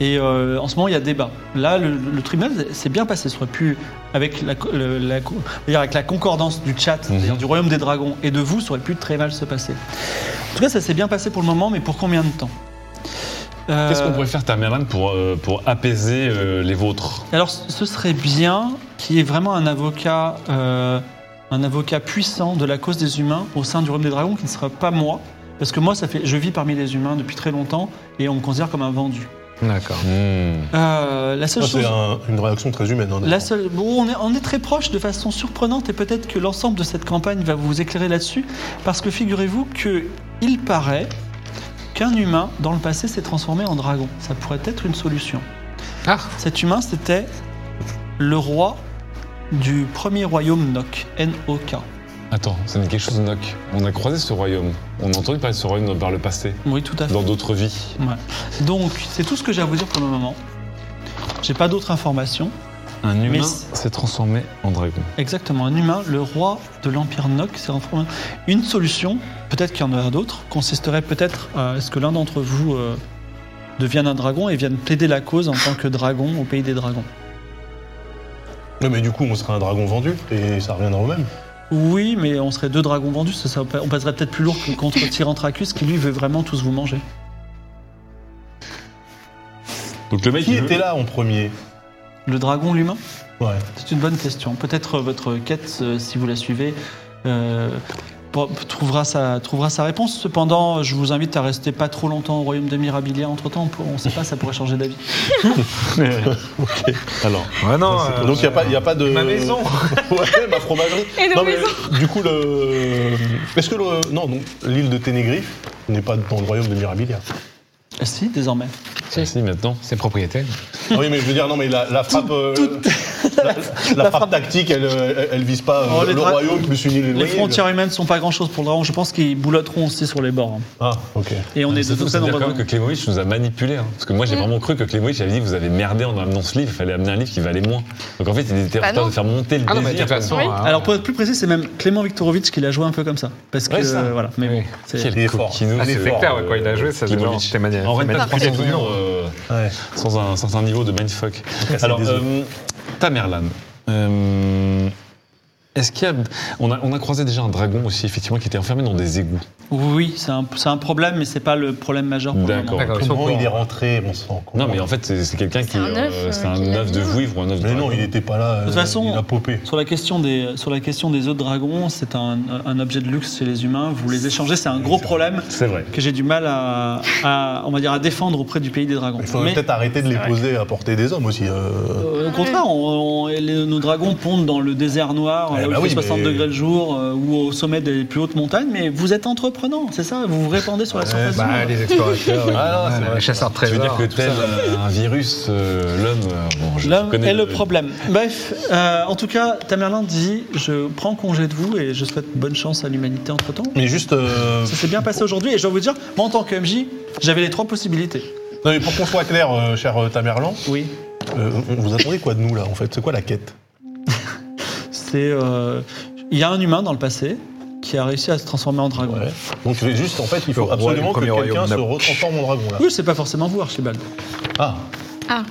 [SPEAKER 3] Et euh, en ce moment, il y a débat. Là, le, le tribunal s'est bien passé. Ça aurait pu, avec la, co- le- la co- c'est-à-dire avec la concordance du
[SPEAKER 5] Mhm.
[SPEAKER 3] chat, c'est-à-dire du royaume des dragons et de vous, ça aurait pu très mal se passer. En tout cas, ça s'est bien passé pour le moment, mais pour combien de temps Euh,
[SPEAKER 5] Qu'est-ce qu'on pourrait faire, Tamerlan, pour, euh, pour apaiser euh, les vôtres
[SPEAKER 3] Alors, ce serait bien qu'il y ait vraiment un avocat, euh, un avocat puissant de la cause des humains au sein du royaume des dragons qui ne sera pas moi, parce que moi, ça fait, je vis parmi les humains depuis très longtemps et on me considère comme un vendu.
[SPEAKER 6] D'accord.
[SPEAKER 5] Hmm.
[SPEAKER 3] Euh, la seule
[SPEAKER 2] Ça,
[SPEAKER 3] chose,
[SPEAKER 2] C'est un- une réaction très humaine. hein,
[SPEAKER 3] la
[SPEAKER 2] d'ailleurs.
[SPEAKER 3] seule, bon, on est, on est très proche de façon surprenante et peut-être que l'ensemble de cette campagne va vous éclairer là-dessus, parce que figurez-vous que il paraît qu'un humain dans le passé s'est transformé en dragon. Ça pourrait être une solution.
[SPEAKER 6] Ah,
[SPEAKER 3] Cet humain, c'était le roi du premier royaume Nok, N-O-K.
[SPEAKER 5] Attends, ça me dit quelque chose, Noc. On a croisé ce royaume. On a entendu parler de ce royaume dans- par le passé,
[SPEAKER 3] Oui, tout à fait.
[SPEAKER 5] dans d'autres vies.
[SPEAKER 3] Ouais. Donc, c'est tout ce que j'ai à vous dire pour le moment. J'ai pas d'autres informations.
[SPEAKER 5] Un humain
[SPEAKER 3] c'est-
[SPEAKER 5] s'est transformé en dragon.
[SPEAKER 3] Exactement, un humain, le roi de l'Empire Noc, c'est un- une solution, peut-être qu'il y en aura d'autres, consisterait peut-être à est ce que l'un d'entre vous euh, devienne un dragon et vienne plaider la cause en tant que dragon au pays des dragons.
[SPEAKER 2] Non, mais du coup, on serait un dragon vendu et ça reviendra au même.
[SPEAKER 3] Oui, mais on serait deux dragons vendus, ça, ça- on passerait peut-être plus lourd que contre Tyrantracus qui lui veut vraiment tous vous manger.
[SPEAKER 5] Donc le mec,
[SPEAKER 2] Qui
[SPEAKER 5] il veut-
[SPEAKER 2] était là en premier
[SPEAKER 3] Le dragon l'humain
[SPEAKER 2] Ouais.
[SPEAKER 3] C'est une bonne question. Peut-être euh, votre quête, euh, si vous la suivez, euh, po- trouvera, sa, trouvera sa réponse. Cependant, je vous invite à rester pas trop longtemps au royaume de Mirabilia. Entre-temps, on ne sait pas, ça pourrait changer d'avis.
[SPEAKER 2] Alors.
[SPEAKER 6] Ouais, non. euh,
[SPEAKER 2] Ah, Donc, il n'y a, pas- y a pas de.
[SPEAKER 6] Ma maison
[SPEAKER 2] Ouais, ma fromagerie.
[SPEAKER 4] Et nos
[SPEAKER 2] non, mais du coup, le. Est-ce que le. Non, donc, l'île de Ténégriffe n'est pas dans le royaume de Mirabilia.
[SPEAKER 3] Ah, Si, désormais.
[SPEAKER 5] Ah, si, maintenant.
[SPEAKER 6] C'est propriétaire.
[SPEAKER 2] Ah oui, mais je veux dire, non, mais la, la frappe. euh, la, la frappe, tactique, elle, euh, elle, elle vise pas euh,
[SPEAKER 3] Oh, les
[SPEAKER 2] le
[SPEAKER 3] dra-
[SPEAKER 2] royaume plus une île
[SPEAKER 3] Les
[SPEAKER 2] éloignée.
[SPEAKER 3] frontières humaines sont pas grand-chose pour le dragon. Je pense qu'ils boulotteront aussi sur les bords. hein.
[SPEAKER 2] Ah, ok.
[SPEAKER 3] Et on est
[SPEAKER 5] C'est
[SPEAKER 3] de
[SPEAKER 5] fou,
[SPEAKER 3] très
[SPEAKER 5] c'est-à-dire quand
[SPEAKER 3] nombreux.
[SPEAKER 5] même que Clémovitch nous a manipulés. hein. Parce que moi, j'ai vraiment cru que Clémovitch avait dit Vous avez merdé en amenant ce livre, il fallait amener un livre qui valait moins. Donc en fait, il était en
[SPEAKER 4] Bah
[SPEAKER 5] train
[SPEAKER 4] non.
[SPEAKER 5] de faire monter le
[SPEAKER 6] Ah non, mais de
[SPEAKER 5] désir.
[SPEAKER 6] toute façon.
[SPEAKER 4] Oui.
[SPEAKER 6] hein,
[SPEAKER 3] Alors pour être plus précis, c'est même Clément Viktorovitch qui l'a joué un peu comme ça. Parce que
[SPEAKER 5] Ouais, ça.
[SPEAKER 3] euh, voilà, mais bon,
[SPEAKER 6] Oui.
[SPEAKER 3] c'est-
[SPEAKER 5] Quel
[SPEAKER 2] Il est fort.
[SPEAKER 5] coquinou,
[SPEAKER 6] Ah, c'est
[SPEAKER 5] ce
[SPEAKER 6] clair,
[SPEAKER 5] fort,
[SPEAKER 6] ouais, quand il a joué, ça se
[SPEAKER 5] Klimovic.
[SPEAKER 6] voit, c'était magnifique.
[SPEAKER 5] En règne
[SPEAKER 6] C'était
[SPEAKER 5] pas
[SPEAKER 6] magnifique.
[SPEAKER 5] tout
[SPEAKER 6] Absolument.
[SPEAKER 2] Ouais.
[SPEAKER 5] euh, sans un certain niveau de mindfuck.
[SPEAKER 2] casser
[SPEAKER 5] Alors,
[SPEAKER 2] des œufs.
[SPEAKER 5] euh, Tamerlan, euh, est-ce qu'il y a. On a, on a croisé déjà un dragon aussi, effectivement, qui était enfermé dans des égouts.
[SPEAKER 3] oui, c'est un, c'est un problème, mais c'est pas le problème majeur. pour le moment.
[SPEAKER 5] D'accord.
[SPEAKER 6] D'accord, ils sont
[SPEAKER 2] Comment
[SPEAKER 6] au
[SPEAKER 2] il est
[SPEAKER 6] courant.
[SPEAKER 2] rentré, bon sang comment-
[SPEAKER 5] Non, mais en fait, c'est c'est quelqu'un qui.
[SPEAKER 4] un œuf,
[SPEAKER 5] euh, C'est
[SPEAKER 4] euh,
[SPEAKER 5] un
[SPEAKER 4] qui l'a
[SPEAKER 5] œuf de
[SPEAKER 4] mis.
[SPEAKER 5] vouivre ou un œuf de.
[SPEAKER 2] Mais non,
[SPEAKER 5] dragon.
[SPEAKER 2] il n'était pas là. De
[SPEAKER 3] toute façon-
[SPEAKER 2] Il a popé.
[SPEAKER 3] Sur la question des sur la question des œufs de dragon, c'est un, un objet de luxe chez les humains. Vous les échangez, c'est un gros problème
[SPEAKER 5] C'est vrai.
[SPEAKER 3] que j'ai du mal à, à- on va dire à défendre auprès du pays des dragons.
[SPEAKER 2] Il faudrait
[SPEAKER 3] Mais,
[SPEAKER 2] peut-être arrêter de les poser à portée des hommes aussi. euh.
[SPEAKER 3] euh, au contraire, on- on- les- nos dragons pondent dans le désert noir,
[SPEAKER 2] Eh
[SPEAKER 3] euh, où
[SPEAKER 2] bah
[SPEAKER 3] il fait
[SPEAKER 2] oui,
[SPEAKER 3] 60
[SPEAKER 2] mais-
[SPEAKER 3] degrés le jour, euh, ou au sommet des plus hautes montagnes. Mais vous êtes entreprenant, c'est ça Vous vous répandez sur la surface du
[SPEAKER 6] Bah,
[SPEAKER 3] monde.
[SPEAKER 6] les explorateurs, oui,
[SPEAKER 2] Ah, non,
[SPEAKER 6] normal,
[SPEAKER 2] c'est vrai.
[SPEAKER 6] les chasseurs de
[SPEAKER 5] Je veux dire
[SPEAKER 6] trésors.
[SPEAKER 5] que tel euh, un virus, euh, l'homme. euh, bon, je
[SPEAKER 3] L'homme
[SPEAKER 5] connais
[SPEAKER 3] est le problème. Bref, euh, en tout cas, Tamerlan dit Je prends congé de vous et je souhaite bonne chance à l'humanité entre temps.
[SPEAKER 2] Mais juste. euh,
[SPEAKER 3] Ça s'est bien passé aujourd'hui et je dois vous dire, moi en tant que MJ, j'avais les trois possibilités.
[SPEAKER 2] Non, mais pour qu'on soit clair, euh, cher euh, Tamerlan,
[SPEAKER 3] Oui.
[SPEAKER 2] euh, on- vous attendez quoi de nous là en fait C'est quoi la quête
[SPEAKER 3] C'est. euh, Il y a un humain dans le passé qui a réussi à se transformer en dragon.
[SPEAKER 2] Ouais. Donc c'est juste en fait, il
[SPEAKER 6] Le
[SPEAKER 2] faut
[SPEAKER 6] roi,
[SPEAKER 2] absolument
[SPEAKER 6] le
[SPEAKER 2] que
[SPEAKER 6] premier
[SPEAKER 2] quelqu'un
[SPEAKER 6] royaume
[SPEAKER 2] se
[SPEAKER 6] n'a-
[SPEAKER 2] retransforme en dragon là.
[SPEAKER 3] Oui, c'est pas forcément vous, Archibald.
[SPEAKER 2] Ah,
[SPEAKER 4] Ah,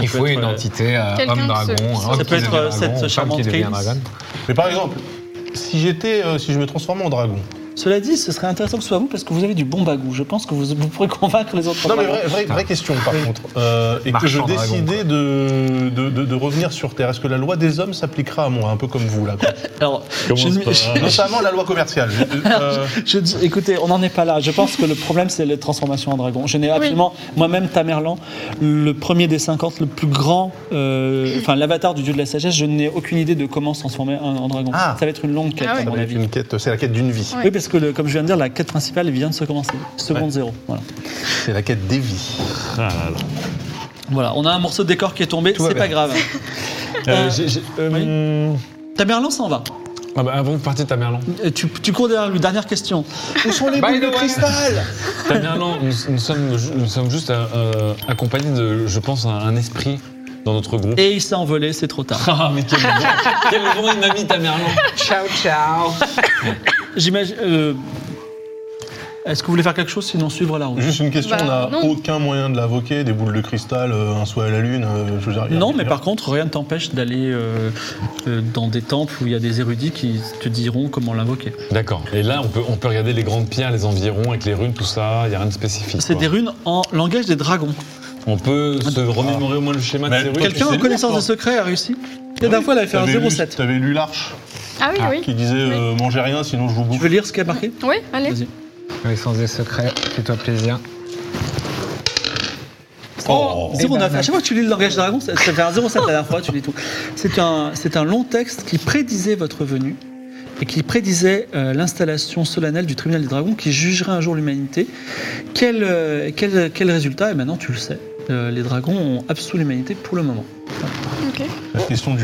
[SPEAKER 6] Il
[SPEAKER 3] Ça
[SPEAKER 6] faut
[SPEAKER 3] peut être,
[SPEAKER 6] une
[SPEAKER 3] euh,
[SPEAKER 6] entité, euh,
[SPEAKER 4] quelqu'un
[SPEAKER 6] homme
[SPEAKER 4] qui
[SPEAKER 6] dragon,
[SPEAKER 4] se-
[SPEAKER 6] un homme
[SPEAKER 4] Ça
[SPEAKER 6] qui
[SPEAKER 3] peut être,
[SPEAKER 6] devient
[SPEAKER 3] euh,
[SPEAKER 6] dragon,
[SPEAKER 3] cette
[SPEAKER 6] une femme
[SPEAKER 3] charmante
[SPEAKER 6] qui devient
[SPEAKER 3] Kate.
[SPEAKER 6] dragon.
[SPEAKER 2] mais par exemple, si j'étais, euh, si je me transformais en dragon.
[SPEAKER 3] Cela dit, ce serait intéressant que ce soit vous parce que vous avez du bon bagou. Je pense que vous, vous pourrez convaincre les autres.
[SPEAKER 2] Non mais
[SPEAKER 3] dragons.
[SPEAKER 2] vraie, vraie- vraie question par contre. Euh, et que
[SPEAKER 6] Marchand
[SPEAKER 2] je
[SPEAKER 6] dragon,
[SPEAKER 2] décidais de, de, de- de revenir sur Terre. Est-ce que la loi des hommes s'appliquera à moi, un peu comme vous là quoi Euh,
[SPEAKER 3] Alors,
[SPEAKER 5] Commence
[SPEAKER 3] je-
[SPEAKER 5] pas.
[SPEAKER 2] Notamment la loi commerciale. Euh,
[SPEAKER 3] Je dis- écoutez, on n'en est pas là. Je pense que le problème, c'est les transformations en dragon. Je n'ai absolument, moi-même, Tamerlan, le premier des 50, le plus grand, euh, enfin, l'avatar du dieu de la sagesse, je n'ai aucune idée de comment se transformer en, en dragon.
[SPEAKER 2] Ah.
[SPEAKER 3] Ça va être une longue quête,
[SPEAKER 4] Ah oui.
[SPEAKER 3] à
[SPEAKER 2] ça
[SPEAKER 3] mon
[SPEAKER 2] va être
[SPEAKER 3] avis.
[SPEAKER 2] une quête, c'est la quête d'une vie.
[SPEAKER 4] Ouais.
[SPEAKER 3] Oui, parce que, le- comme je viens de dire, la quête principale vient de se commencer. Seconde zéro. Voilà.
[SPEAKER 2] C'est la quête des vies.
[SPEAKER 5] Ah là là.
[SPEAKER 3] voilà, on a un morceau de décor qui est tombé,
[SPEAKER 6] va
[SPEAKER 3] c'est pas
[SPEAKER 6] bien.
[SPEAKER 3] grave.
[SPEAKER 5] Euh, j'ai- j'ai- euh,
[SPEAKER 3] Tamerlan s'en va.
[SPEAKER 5] ah bah, avant de partir, Tamerlan.
[SPEAKER 3] Euh, Tu, tu cours derrière lui. Dernière question. Où sont les
[SPEAKER 6] By
[SPEAKER 3] boules de
[SPEAKER 6] the way.
[SPEAKER 3] cristal
[SPEAKER 5] Tamerlan, nous, nous sommes, ju- nous sommes juste euh, accompagnés de, je pense, un, un esprit dans notre groupe.
[SPEAKER 3] Et il s'est envolé, c'est trop tard.
[SPEAKER 5] Ah, mais quel quel bon il m'a mis, Tamerlan
[SPEAKER 6] Ciao, ciao.
[SPEAKER 3] J'imagine. euh, Est-ce que vous voulez faire quelque chose sinon suivre la route
[SPEAKER 2] Juste une question,
[SPEAKER 4] Bah,
[SPEAKER 2] on n'a
[SPEAKER 4] non.
[SPEAKER 2] aucun moyen de l'invoquer, des boules de cristal, euh, un souhait à la lune, euh, je veux dire, y a-
[SPEAKER 3] Non, mais par contre, rien ne t'empêche d'aller euh, euh, dans des temples où il y a des érudits qui te diront comment l'invoquer.
[SPEAKER 5] D'accord. Et là, on peut, on peut regarder les grandes pierres, les environs, avec les runes, tout ça. Il n'y a rien de spécifique.
[SPEAKER 3] C'est
[SPEAKER 5] quoi.
[SPEAKER 3] des runes en langage des dragons.
[SPEAKER 5] On peut se remémorer au moins le schéma
[SPEAKER 2] Mais
[SPEAKER 5] de ces runes.
[SPEAKER 3] Quelqu'un en
[SPEAKER 2] lourd,
[SPEAKER 3] connaissance
[SPEAKER 2] toi.
[SPEAKER 3] des secrets a réussi La dernière fois, elle avait fait un
[SPEAKER 2] T'avais lu-
[SPEAKER 3] 07.
[SPEAKER 2] T'avais lu l'arche
[SPEAKER 4] ah oui, oui.
[SPEAKER 2] qui disait euh, mangez rien sinon je vous
[SPEAKER 3] Tu
[SPEAKER 2] bouffe.
[SPEAKER 3] veux lire ce qui a marqué
[SPEAKER 4] Oui, allez.
[SPEAKER 3] Vas-y.
[SPEAKER 6] Connaissance des secrets, fais-toi plaisir.
[SPEAKER 2] Oh.
[SPEAKER 3] Oh, 09. À chaque fois que tu lis le langage des dragons, ça ça fait un 07 la dernière fois, tu lis tout. C'est un, c'est un long texte qui prédisait votre venue et qui prédisait euh, l'installation solennelle du tribunal des dragons qui jugerait un jour l'humanité. Eh ben Quel, euh, quel, quel résultat Et maintenant, tu le sais. Euh, les dragons ont absous l'humanité pour le moment.
[SPEAKER 4] Ok.
[SPEAKER 2] La question du,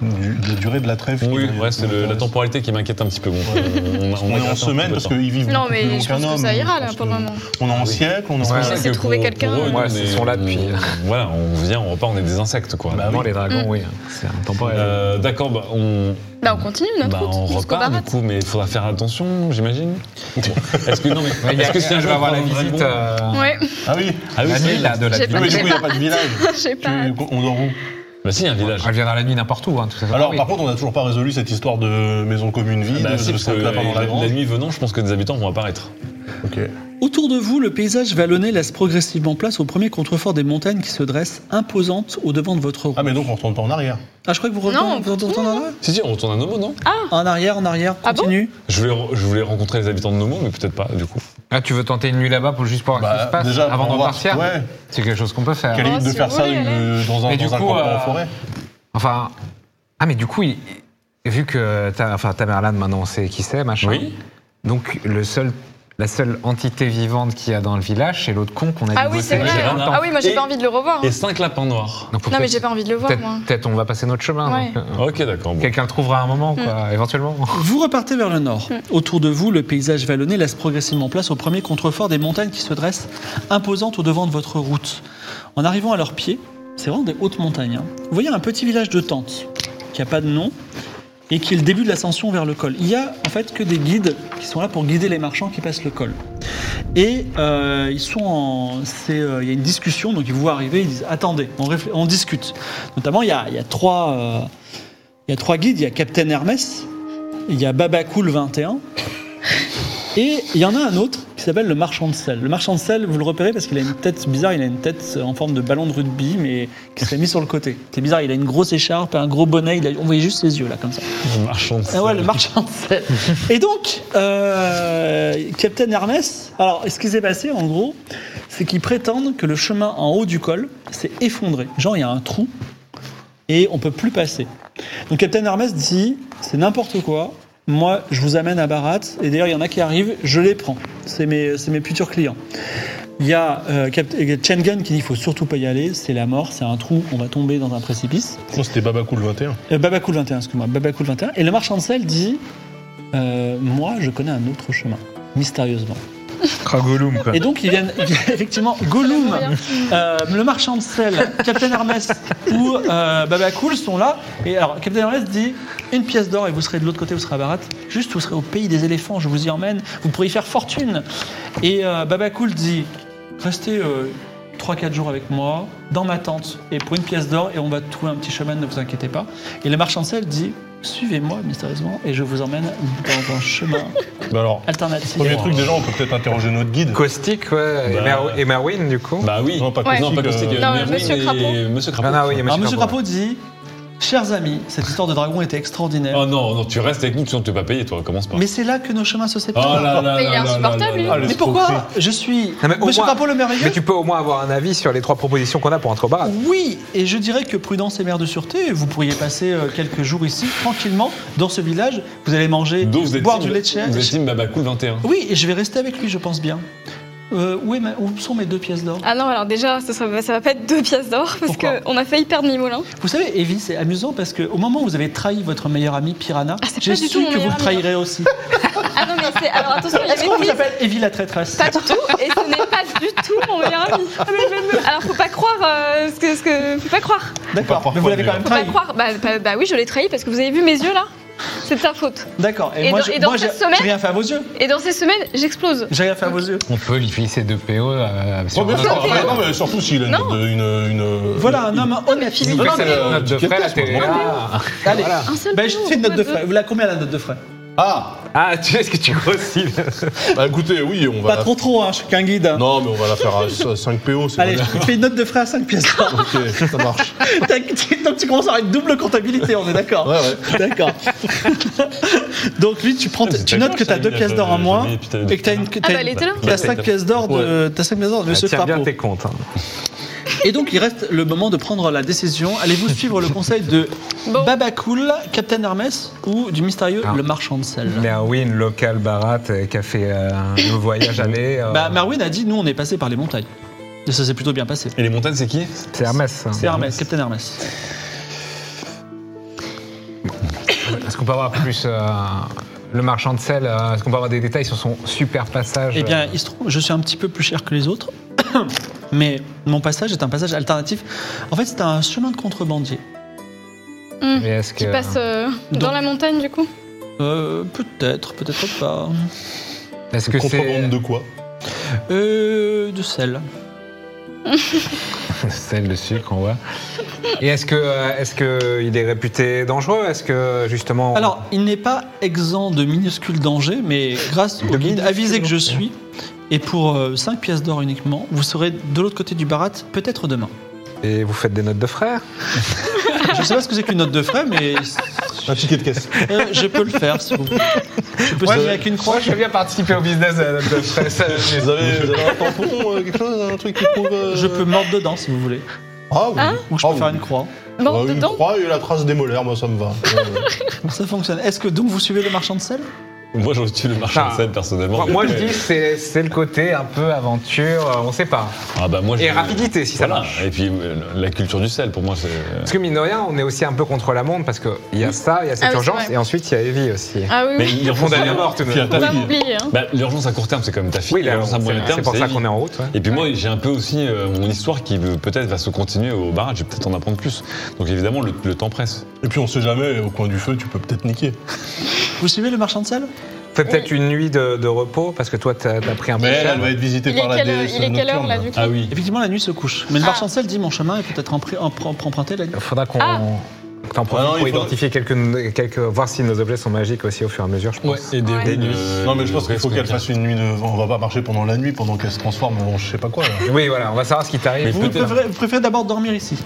[SPEAKER 2] du- de la durée de la trêve.
[SPEAKER 5] Oui,
[SPEAKER 2] qui-
[SPEAKER 5] ouais, c'est le- la temporalité qui m'inquiète un petit peu. Bon, on,
[SPEAKER 2] On est en semaine parce qu'ils vivent
[SPEAKER 4] Non,
[SPEAKER 2] beaucoup plus
[SPEAKER 4] mais
[SPEAKER 2] longtemps
[SPEAKER 4] je pense
[SPEAKER 2] qu'un
[SPEAKER 4] que ça
[SPEAKER 2] homme,
[SPEAKER 4] ira
[SPEAKER 2] je
[SPEAKER 4] là
[SPEAKER 2] pense
[SPEAKER 4] pour le
[SPEAKER 2] que-
[SPEAKER 4] moment.
[SPEAKER 2] On est en siècle, on est en...
[SPEAKER 6] Ouais.
[SPEAKER 4] essaie de trouver quelqu'un.
[SPEAKER 6] Ouais, ils sont là depuis.
[SPEAKER 5] Voilà, on vient, on repart, on est des insectes quoi.
[SPEAKER 6] Bah, avant, les dragons,
[SPEAKER 4] Mm.
[SPEAKER 6] oui, c'est intemporel.
[SPEAKER 5] Euh, D'accord, bah, on,
[SPEAKER 4] Bah, on continue notre
[SPEAKER 5] bah, on
[SPEAKER 4] route jusqu'au
[SPEAKER 5] repart du
[SPEAKER 4] Barat.
[SPEAKER 5] coup, mais il faudra faire attention, j'imagine. Est-ce que non, mais est-ce que si un
[SPEAKER 6] je
[SPEAKER 5] jour
[SPEAKER 6] vais avoir la
[SPEAKER 5] on prend un
[SPEAKER 6] visite
[SPEAKER 5] bah, dragon-
[SPEAKER 6] euh,
[SPEAKER 4] Ouais,
[SPEAKER 2] Ah oui
[SPEAKER 5] ah oui,
[SPEAKER 6] la
[SPEAKER 5] c'est
[SPEAKER 6] nuit
[SPEAKER 5] vrai.
[SPEAKER 6] là, de la
[SPEAKER 4] J'ai
[SPEAKER 2] Oui,
[SPEAKER 4] pas-
[SPEAKER 2] mais du
[SPEAKER 4] j'ai
[SPEAKER 2] coup, il n'y a pas de village.
[SPEAKER 4] je sais
[SPEAKER 2] Tu-
[SPEAKER 4] pas.
[SPEAKER 2] on dort où
[SPEAKER 5] Bah si, il y a un village.
[SPEAKER 6] Elle viendra la nuit n'importe où, hein, tout ça.
[SPEAKER 2] Alors,
[SPEAKER 6] Oui.
[SPEAKER 2] par contre, on n'a toujours pas résolu cette histoire de maison commune vide,
[SPEAKER 5] Bah, si,
[SPEAKER 2] de
[SPEAKER 5] parce que,
[SPEAKER 2] sac lapin dans
[SPEAKER 5] euh,
[SPEAKER 2] la
[SPEAKER 5] la
[SPEAKER 2] grange.
[SPEAKER 5] nuit venant, je pense que des habitants vont apparaître.
[SPEAKER 2] Ok.
[SPEAKER 3] Autour de vous, le paysage vallonné laisse progressivement place au premier contrefort des montagnes qui se dresse imposante au devant de votre route.
[SPEAKER 2] Ah, mais donc on retourne pas en arrière.
[SPEAKER 3] Ah, je crois que vous retournez
[SPEAKER 4] Non, on
[SPEAKER 3] vous retournez en arrière
[SPEAKER 5] Si, si, on retourne à Nomo, non
[SPEAKER 3] En arrière, en arrière,
[SPEAKER 4] Ah bon
[SPEAKER 3] continue.
[SPEAKER 5] je voulais, re- je voulais rencontrer les habitants de Nomo, mais peut-être pas, du coup.
[SPEAKER 6] Ah, tu veux tenter une nuit là-bas pour juste pour voir ce qui se passe
[SPEAKER 2] Bah, déjà,
[SPEAKER 6] avant Ah,
[SPEAKER 2] pour
[SPEAKER 6] de
[SPEAKER 2] voir-
[SPEAKER 6] repartir
[SPEAKER 2] Ouais.
[SPEAKER 6] C'est quelque chose qu'on peut faire.
[SPEAKER 2] Quelle
[SPEAKER 4] Oh,
[SPEAKER 2] idée de
[SPEAKER 4] si
[SPEAKER 2] faire
[SPEAKER 4] vous
[SPEAKER 2] ça
[SPEAKER 4] voulez,
[SPEAKER 2] euh, dans un
[SPEAKER 6] Mais du
[SPEAKER 2] dans un
[SPEAKER 6] coup,
[SPEAKER 2] campement
[SPEAKER 6] euh,
[SPEAKER 2] en forêt
[SPEAKER 6] Enfin, ah mais du coup, il- vu que ta, enfin, Tamerlan maintenant on sait qui c'est, machin.
[SPEAKER 5] Oui.
[SPEAKER 6] Donc le seul, la seule entité vivante qu'il y a dans le village, c'est l'autre con qu'on a
[SPEAKER 4] Ah
[SPEAKER 6] dû
[SPEAKER 4] oui,
[SPEAKER 6] bosser
[SPEAKER 4] c'est vrai.
[SPEAKER 5] j'ai rien à-
[SPEAKER 4] Ah oui, moi j'ai
[SPEAKER 5] Et-
[SPEAKER 4] pas envie de le revoir. hein.
[SPEAKER 5] Et cinq lapins noirs.
[SPEAKER 6] Donc, faut
[SPEAKER 4] Non, mais
[SPEAKER 6] peut-être-
[SPEAKER 4] j'ai pas envie de le voir,
[SPEAKER 6] peut-être-
[SPEAKER 4] moi.
[SPEAKER 6] Peut-être on va passer notre chemin.
[SPEAKER 4] Ouais. Mm.
[SPEAKER 6] donc, euh,
[SPEAKER 5] Ok, d'accord. bon.
[SPEAKER 6] Quelqu'un le trouvera un moment, quoi, éventuellement.
[SPEAKER 3] Vous repartez vers le nord. Autour de vous, le paysage vallonné laisse progressivement place au premier contrefort des montagnes qui se dressent imposantes au devant de votre route. En arrivant à leurs pieds, c'est vraiment des hautes montagnes. hein, Vous voyez un petit village de tentes qui n'a pas de nom et qui est le début de l'ascension vers le col. Il y a en fait que des guides qui sont là pour guider les marchands qui passent le col. Et euh, ils sont en. c'est, euh, il y a une discussion, donc ils vous voient arriver, ils disent Attendez, on, réfl- on discute. Notamment, il y a, il y a trois. euh, il y a trois guides, il y a Captain Hermès, il y a Babacool 21, et il y en a un autre qui s'appelle le marchand de sel. Le marchand de sel, vous le repérez parce qu'il a une tête bizarre, il a une tête euh, en forme de ballon de rugby, mais qui serait mis sur le côté. C'est bizarre, il a une grosse écharpe, un gros bonnet, il a- on voyait juste ses yeux là, comme ça.
[SPEAKER 5] Marchand de
[SPEAKER 3] Ah ouais,
[SPEAKER 5] sel.
[SPEAKER 3] le marchand de sel. Et donc, euh, Captain Hermès, alors ce qui s'est passé en gros, c'est qu'ils prétendent que le chemin en haut du col s'est effondré. Genre, il y a un trou et on peut plus passer. Donc Captain Hermès dit, c'est n'importe quoi, moi je vous amène à Barat, et d'ailleurs il y en a qui arrivent, je les prends. C'est mes, c'est mes futurs clients. Il y a euh, Cap- euh, Chengun qui dit, il faut surtout pas y aller, c'est la mort, c'est un trou, on va tomber dans un précipice.
[SPEAKER 2] Non, c'était Babacool 21.
[SPEAKER 3] Euh, Babacool 21, excuse-moi, Babacool 21. Et le marchand de sel dit euh, Moi, je connais un autre chemin, mystérieusement.
[SPEAKER 6] Kragolum, quoi.
[SPEAKER 3] Et donc, ils viennent, ils viennent- effectivement, Gollum, euh, le marchand de sel, Captain Hermès ou euh, Babacool sont là. Et alors, Captain Hermès dit Une pièce d'or et vous serez de l'autre côté, vous serez à Barat. Juste, vous serez au pays des éléphants, je vous y emmène, vous pourrez y faire fortune. Et euh, Babacool dit Restez. euh, 3-4 jours avec moi, dans ma tente, et pour une pièce d'or, et on va trouver un petit chemin, ne vous inquiétez pas. Et le marchand de sel dit Suivez-moi mystérieusement, et je vous emmène dans un chemin
[SPEAKER 2] Bah alors,
[SPEAKER 6] Ah,
[SPEAKER 3] alternatif.
[SPEAKER 2] premier truc, déjà, on peut peut-être interroger notre guide.
[SPEAKER 6] Caustique, ouais. et
[SPEAKER 5] Bah,
[SPEAKER 6] Mer- et Merwin, du coup.
[SPEAKER 5] Bah oui.
[SPEAKER 2] Non, pas
[SPEAKER 4] Ouais.
[SPEAKER 5] Non, pas
[SPEAKER 2] Caustique,
[SPEAKER 5] Caustique.
[SPEAKER 2] euh,
[SPEAKER 4] Non,
[SPEAKER 5] mais
[SPEAKER 4] Monsieur
[SPEAKER 5] oui, mais- Monsieur Crapaud.
[SPEAKER 6] Ah, non, oui, il y a
[SPEAKER 3] Alors, Monsieur
[SPEAKER 6] Crapaud.
[SPEAKER 3] Crapaud dit Chers amis, cette histoire de dragon était extraordinaire,
[SPEAKER 5] Oh non, non, tu restes avec nous, sinon tu t'es pas payé, toi, commence pas.
[SPEAKER 3] mais c'est là que nos chemins se
[SPEAKER 5] Oh
[SPEAKER 3] séparent.
[SPEAKER 5] là là
[SPEAKER 4] Mais il est
[SPEAKER 5] là là
[SPEAKER 4] insupportable,
[SPEAKER 5] là là
[SPEAKER 4] lui.
[SPEAKER 5] là.
[SPEAKER 2] Ah,
[SPEAKER 3] Mais pourquoi Je suis
[SPEAKER 6] Non, mais au
[SPEAKER 3] Monsieur
[SPEAKER 6] moins-
[SPEAKER 3] Crapaud le merveilleux
[SPEAKER 6] Mais tu peux au moins avoir un avis sur les trois propositions qu'on a pour entre au bar.
[SPEAKER 3] Oui, et je dirais que prudence et mère de sûreté, vous pourriez passer euh, quelques jours ici tranquillement dans ce village. Vous allez
[SPEAKER 6] Ah,
[SPEAKER 3] manger,
[SPEAKER 5] Donc vous êtes
[SPEAKER 3] boire
[SPEAKER 5] team-
[SPEAKER 3] du lait de chèvre.
[SPEAKER 5] Vous êtes team Babacool 21.
[SPEAKER 3] Oui, et je vais rester avec lui, je pense bien. Euh, où, est ma- où sont mes deux pièces d'or
[SPEAKER 4] Ah non, alors déjà, ça, sera- ça va pas être deux pièces d'or parce
[SPEAKER 3] Pourquoi
[SPEAKER 4] qu'on a failli perdre Mimolin.
[SPEAKER 3] Vous savez, Evie, c'est amusant parce que au moment où vous avez trahi votre meilleur ami Piranha,
[SPEAKER 4] Ah, c'est pas
[SPEAKER 3] j'ai
[SPEAKER 4] du
[SPEAKER 3] su
[SPEAKER 4] tout mon
[SPEAKER 3] que vous le
[SPEAKER 4] meilleur ami.
[SPEAKER 3] trahirez aussi.
[SPEAKER 4] Ah non, mais c'est. Alors attention, il y
[SPEAKER 3] Est-ce qu'on
[SPEAKER 4] avait
[SPEAKER 3] vous
[SPEAKER 4] Chris.
[SPEAKER 3] appelle Evie la traîtresse
[SPEAKER 4] Pas du tout, et ce n'est pas du tout mon meilleur ami. Alors faut pas croire euh, ce que, ce que. Faut pas croire.
[SPEAKER 2] Faut pas
[SPEAKER 3] D'accord, mais vous
[SPEAKER 2] croire,
[SPEAKER 3] l'avez quand
[SPEAKER 2] mais-
[SPEAKER 3] même
[SPEAKER 4] Faut pas
[SPEAKER 3] trahi.
[SPEAKER 4] croire. Bah, bah, bah oui, je l'ai trahi parce que vous avez vu mes yeux là C'est de sa faute.
[SPEAKER 3] D'accord, et,
[SPEAKER 4] Et
[SPEAKER 3] moi,
[SPEAKER 4] dans-
[SPEAKER 3] je-
[SPEAKER 4] et dans
[SPEAKER 3] moi, j'ai
[SPEAKER 4] cette semaine-
[SPEAKER 3] j'ai rien fait à vos yeux.
[SPEAKER 4] Et dans ces semaines, j'explose.
[SPEAKER 3] J'ai rien fait à vos yeux.
[SPEAKER 6] On peut lui filer deux PO. euh, sur
[SPEAKER 3] Oh,
[SPEAKER 2] Ouais, bien
[SPEAKER 6] un-
[SPEAKER 2] sûr, après, non, mais surtout s'il a une,
[SPEAKER 4] Non.
[SPEAKER 2] de- une, une-
[SPEAKER 3] Voilà un homme honnête.
[SPEAKER 4] Philippe,
[SPEAKER 3] Non, non,
[SPEAKER 6] C'est
[SPEAKER 3] mais-
[SPEAKER 6] la note de
[SPEAKER 2] Tu
[SPEAKER 6] frais, la
[SPEAKER 2] captes, moi,
[SPEAKER 6] TVA.
[SPEAKER 3] Allez,
[SPEAKER 4] Un seul
[SPEAKER 3] ben, je
[SPEAKER 4] jour,
[SPEAKER 3] fais une note de
[SPEAKER 4] deux.
[SPEAKER 3] frais. Vous la combien la note de frais
[SPEAKER 2] Ah
[SPEAKER 6] Ah, tu sais ce que tu grossis là.
[SPEAKER 2] Bah écoutez, oui, on va...
[SPEAKER 3] Pas trop trop, hein, je suis qu'un guide. hein.
[SPEAKER 2] Non, mais on va la faire à 5 PO, c'est
[SPEAKER 3] Allez,
[SPEAKER 2] bon.
[SPEAKER 3] je fais une note de frais à 5 pièces. d'or.
[SPEAKER 2] Ok, ça marche.
[SPEAKER 3] T'as- tu- Donc tu commences à avoir une double comptabilité, on est d'accord
[SPEAKER 2] Ouais, ouais.
[SPEAKER 3] D'accord. Donc lui, tu, prends,
[SPEAKER 5] Ah, c'est
[SPEAKER 3] tu notes
[SPEAKER 5] d'accord,
[SPEAKER 3] que t'as
[SPEAKER 5] ça,
[SPEAKER 3] deux
[SPEAKER 5] il a
[SPEAKER 3] pièces d'or
[SPEAKER 5] pas-
[SPEAKER 3] en moins
[SPEAKER 5] jamais, puis t'as-
[SPEAKER 3] et que t'as une que
[SPEAKER 4] Ah
[SPEAKER 3] t'as
[SPEAKER 4] bah, elle
[SPEAKER 3] une-
[SPEAKER 4] était là.
[SPEAKER 3] t'as cinq pièces d'or de t'as cinq pièces d'or de Monsieur
[SPEAKER 6] Ah, Tiens bien
[SPEAKER 3] Crapaud.
[SPEAKER 6] tes comptes. hein.
[SPEAKER 3] Et donc il reste le moment de prendre la décision. Allez-vous suivre le conseil de
[SPEAKER 4] Bon.
[SPEAKER 3] Babacool, Captain Hermès ou du mystérieux
[SPEAKER 6] Ah.
[SPEAKER 3] le marchand de sel
[SPEAKER 6] Merwin, local barat, euh, qui a fait euh, un voyage aller. euh,
[SPEAKER 3] Bah Marwin a dit nous on est passé par les montagnes. Et ça s'est plutôt bien passé.
[SPEAKER 5] Et les montagnes, c'est qui
[SPEAKER 6] C'est Hermès. hein.
[SPEAKER 3] C'est Hermès, Captain Hermès.
[SPEAKER 6] Est-ce qu'on peut avoir plus euh, le marchand de sel euh, Est-ce qu'on peut avoir des détails sur son super passage
[SPEAKER 3] Eh bien,
[SPEAKER 6] euh,
[SPEAKER 3] il se trouve, je suis un petit peu plus cher que les autres, mais mon passage est un passage alternatif. En fait, c'est un chemin de contrebandier.
[SPEAKER 4] Hum,
[SPEAKER 6] mais est-ce
[SPEAKER 4] Qui
[SPEAKER 6] que-
[SPEAKER 4] passe euh, dans
[SPEAKER 3] Donc-
[SPEAKER 4] la montagne du coup
[SPEAKER 3] Euh, peut-être, peut-être pas.
[SPEAKER 6] euh, Est-ce que c'est
[SPEAKER 2] Contrebande de quoi
[SPEAKER 3] Euh, de sel.
[SPEAKER 6] celle de sucre, on voit Et est-ce que euh, est-ce que il est réputé dangereux Est-ce que justement
[SPEAKER 3] Alors, il n'est pas exempt de minuscules dangers, mais grâce au guide avisé que je suis, et pour 5 pièces d'or uniquement, vous serez de l'autre côté du barat, peut-être demain.
[SPEAKER 6] et vous faites des notes de frères
[SPEAKER 3] Je ne sais pas ce que c'est qu'une note de frais, mais
[SPEAKER 2] Un ticket de caisse.
[SPEAKER 3] euh, je peux le faire si vous voulez. Je peux signer avec une croix.
[SPEAKER 6] Moi, je veux bien participer au business de la note de frères. ça, je-
[SPEAKER 2] Vous avez, vous avez un tampon, euh, quelque chose, un truc qui prouve. euh,
[SPEAKER 3] Je peux mordre dedans si vous voulez.
[SPEAKER 2] Ah oui.
[SPEAKER 3] Ou je peux
[SPEAKER 2] Ah,
[SPEAKER 3] faire
[SPEAKER 2] oui.
[SPEAKER 3] une croix.
[SPEAKER 4] Bon,
[SPEAKER 2] Ah, une
[SPEAKER 4] dedans
[SPEAKER 2] croix et la trace des molaires, moi ça me va. Ouais, ouais.
[SPEAKER 3] Ça fonctionne. Est-ce que donc vous suivez le marchand de sel
[SPEAKER 5] Moi, j'aurais tué le marchand de
[SPEAKER 6] Ah.
[SPEAKER 5] sel, personnellement.
[SPEAKER 6] Moi, moi, je
[SPEAKER 5] Mais-
[SPEAKER 6] dis c'est c'est le côté un peu aventure, euh, on sait pas.
[SPEAKER 5] Ah bah, moi,
[SPEAKER 6] Et
[SPEAKER 5] je-
[SPEAKER 6] rapidité, si ça
[SPEAKER 5] Voilà.
[SPEAKER 6] marche.
[SPEAKER 5] Et puis, euh, la culture du sel, pour moi, c'est. euh,
[SPEAKER 6] Parce que mine de rien, on est aussi un peu contre la montre parce qu'il y a ça, il y a cette
[SPEAKER 4] Ah oui, c'est
[SPEAKER 6] urgence,
[SPEAKER 4] vrai.
[SPEAKER 6] et ensuite il y a Evie aussi.
[SPEAKER 4] Ah oui,
[SPEAKER 5] Mais
[SPEAKER 4] oui.
[SPEAKER 5] ils refont
[SPEAKER 6] Condamné à
[SPEAKER 5] d'ailleurs.
[SPEAKER 6] mort tout de
[SPEAKER 2] Puis
[SPEAKER 6] même.
[SPEAKER 2] attaque.
[SPEAKER 4] Faut pas oublier. Hein.
[SPEAKER 5] Bah, L'urgence à court terme, c'est quand même ta fille.
[SPEAKER 6] Oui, là,
[SPEAKER 5] l'urgence à
[SPEAKER 6] c'est-
[SPEAKER 5] moyen terme,
[SPEAKER 6] c'est pour ça qu'on est en route. ouais.
[SPEAKER 5] Et puis moi, j'ai un peu aussi euh, mon histoire qui euh, peut-être va se continuer au barrage. Je vais peut-être en apprendre plus. Donc évidemment, le, le temps presse.
[SPEAKER 2] Et puis on sait jamais, au coin du feu, tu peux peut-être niquer.
[SPEAKER 3] Vous suivez le marchand de sel
[SPEAKER 6] Fait peut-être une nuit de, de repos parce que toi t'as as pris un peu
[SPEAKER 2] Ah, Mais elle,
[SPEAKER 6] cher.
[SPEAKER 2] elle va être visitée
[SPEAKER 4] Il est,
[SPEAKER 2] par la
[SPEAKER 4] quelle,
[SPEAKER 2] déesse.
[SPEAKER 4] il est quelle heure
[SPEAKER 2] nocturne.
[SPEAKER 4] là du coup
[SPEAKER 5] Ah oui.
[SPEAKER 3] Effectivement, la nuit se couche. Mais le
[SPEAKER 4] Ah.
[SPEAKER 3] marchand de sel dit mon chemin est peut-être empr- empr- emprunté la nuit.
[SPEAKER 6] Faudra qu'on
[SPEAKER 4] Ah.
[SPEAKER 6] que t'en profites
[SPEAKER 2] Ah non, il
[SPEAKER 6] pour
[SPEAKER 2] faudra-
[SPEAKER 6] identifier quelques, quelques. voir si nos objets sont magiques aussi au fur et à mesure, je pense.
[SPEAKER 5] et des,
[SPEAKER 4] Ouais.
[SPEAKER 5] runes, euh,
[SPEAKER 2] Non mais je pense qu'il faut
[SPEAKER 5] restent
[SPEAKER 2] qu'elle
[SPEAKER 5] bien.
[SPEAKER 2] fasse une nuit de... On va pas marcher pendant la nuit pendant qu'elle se transforme en je sais pas quoi. là.
[SPEAKER 6] Oui, voilà, on va savoir ce qui
[SPEAKER 5] Mais
[SPEAKER 6] t'arrive.
[SPEAKER 3] Vous
[SPEAKER 5] peut-être.
[SPEAKER 3] préférez, vous préférez d'abord dormir ici.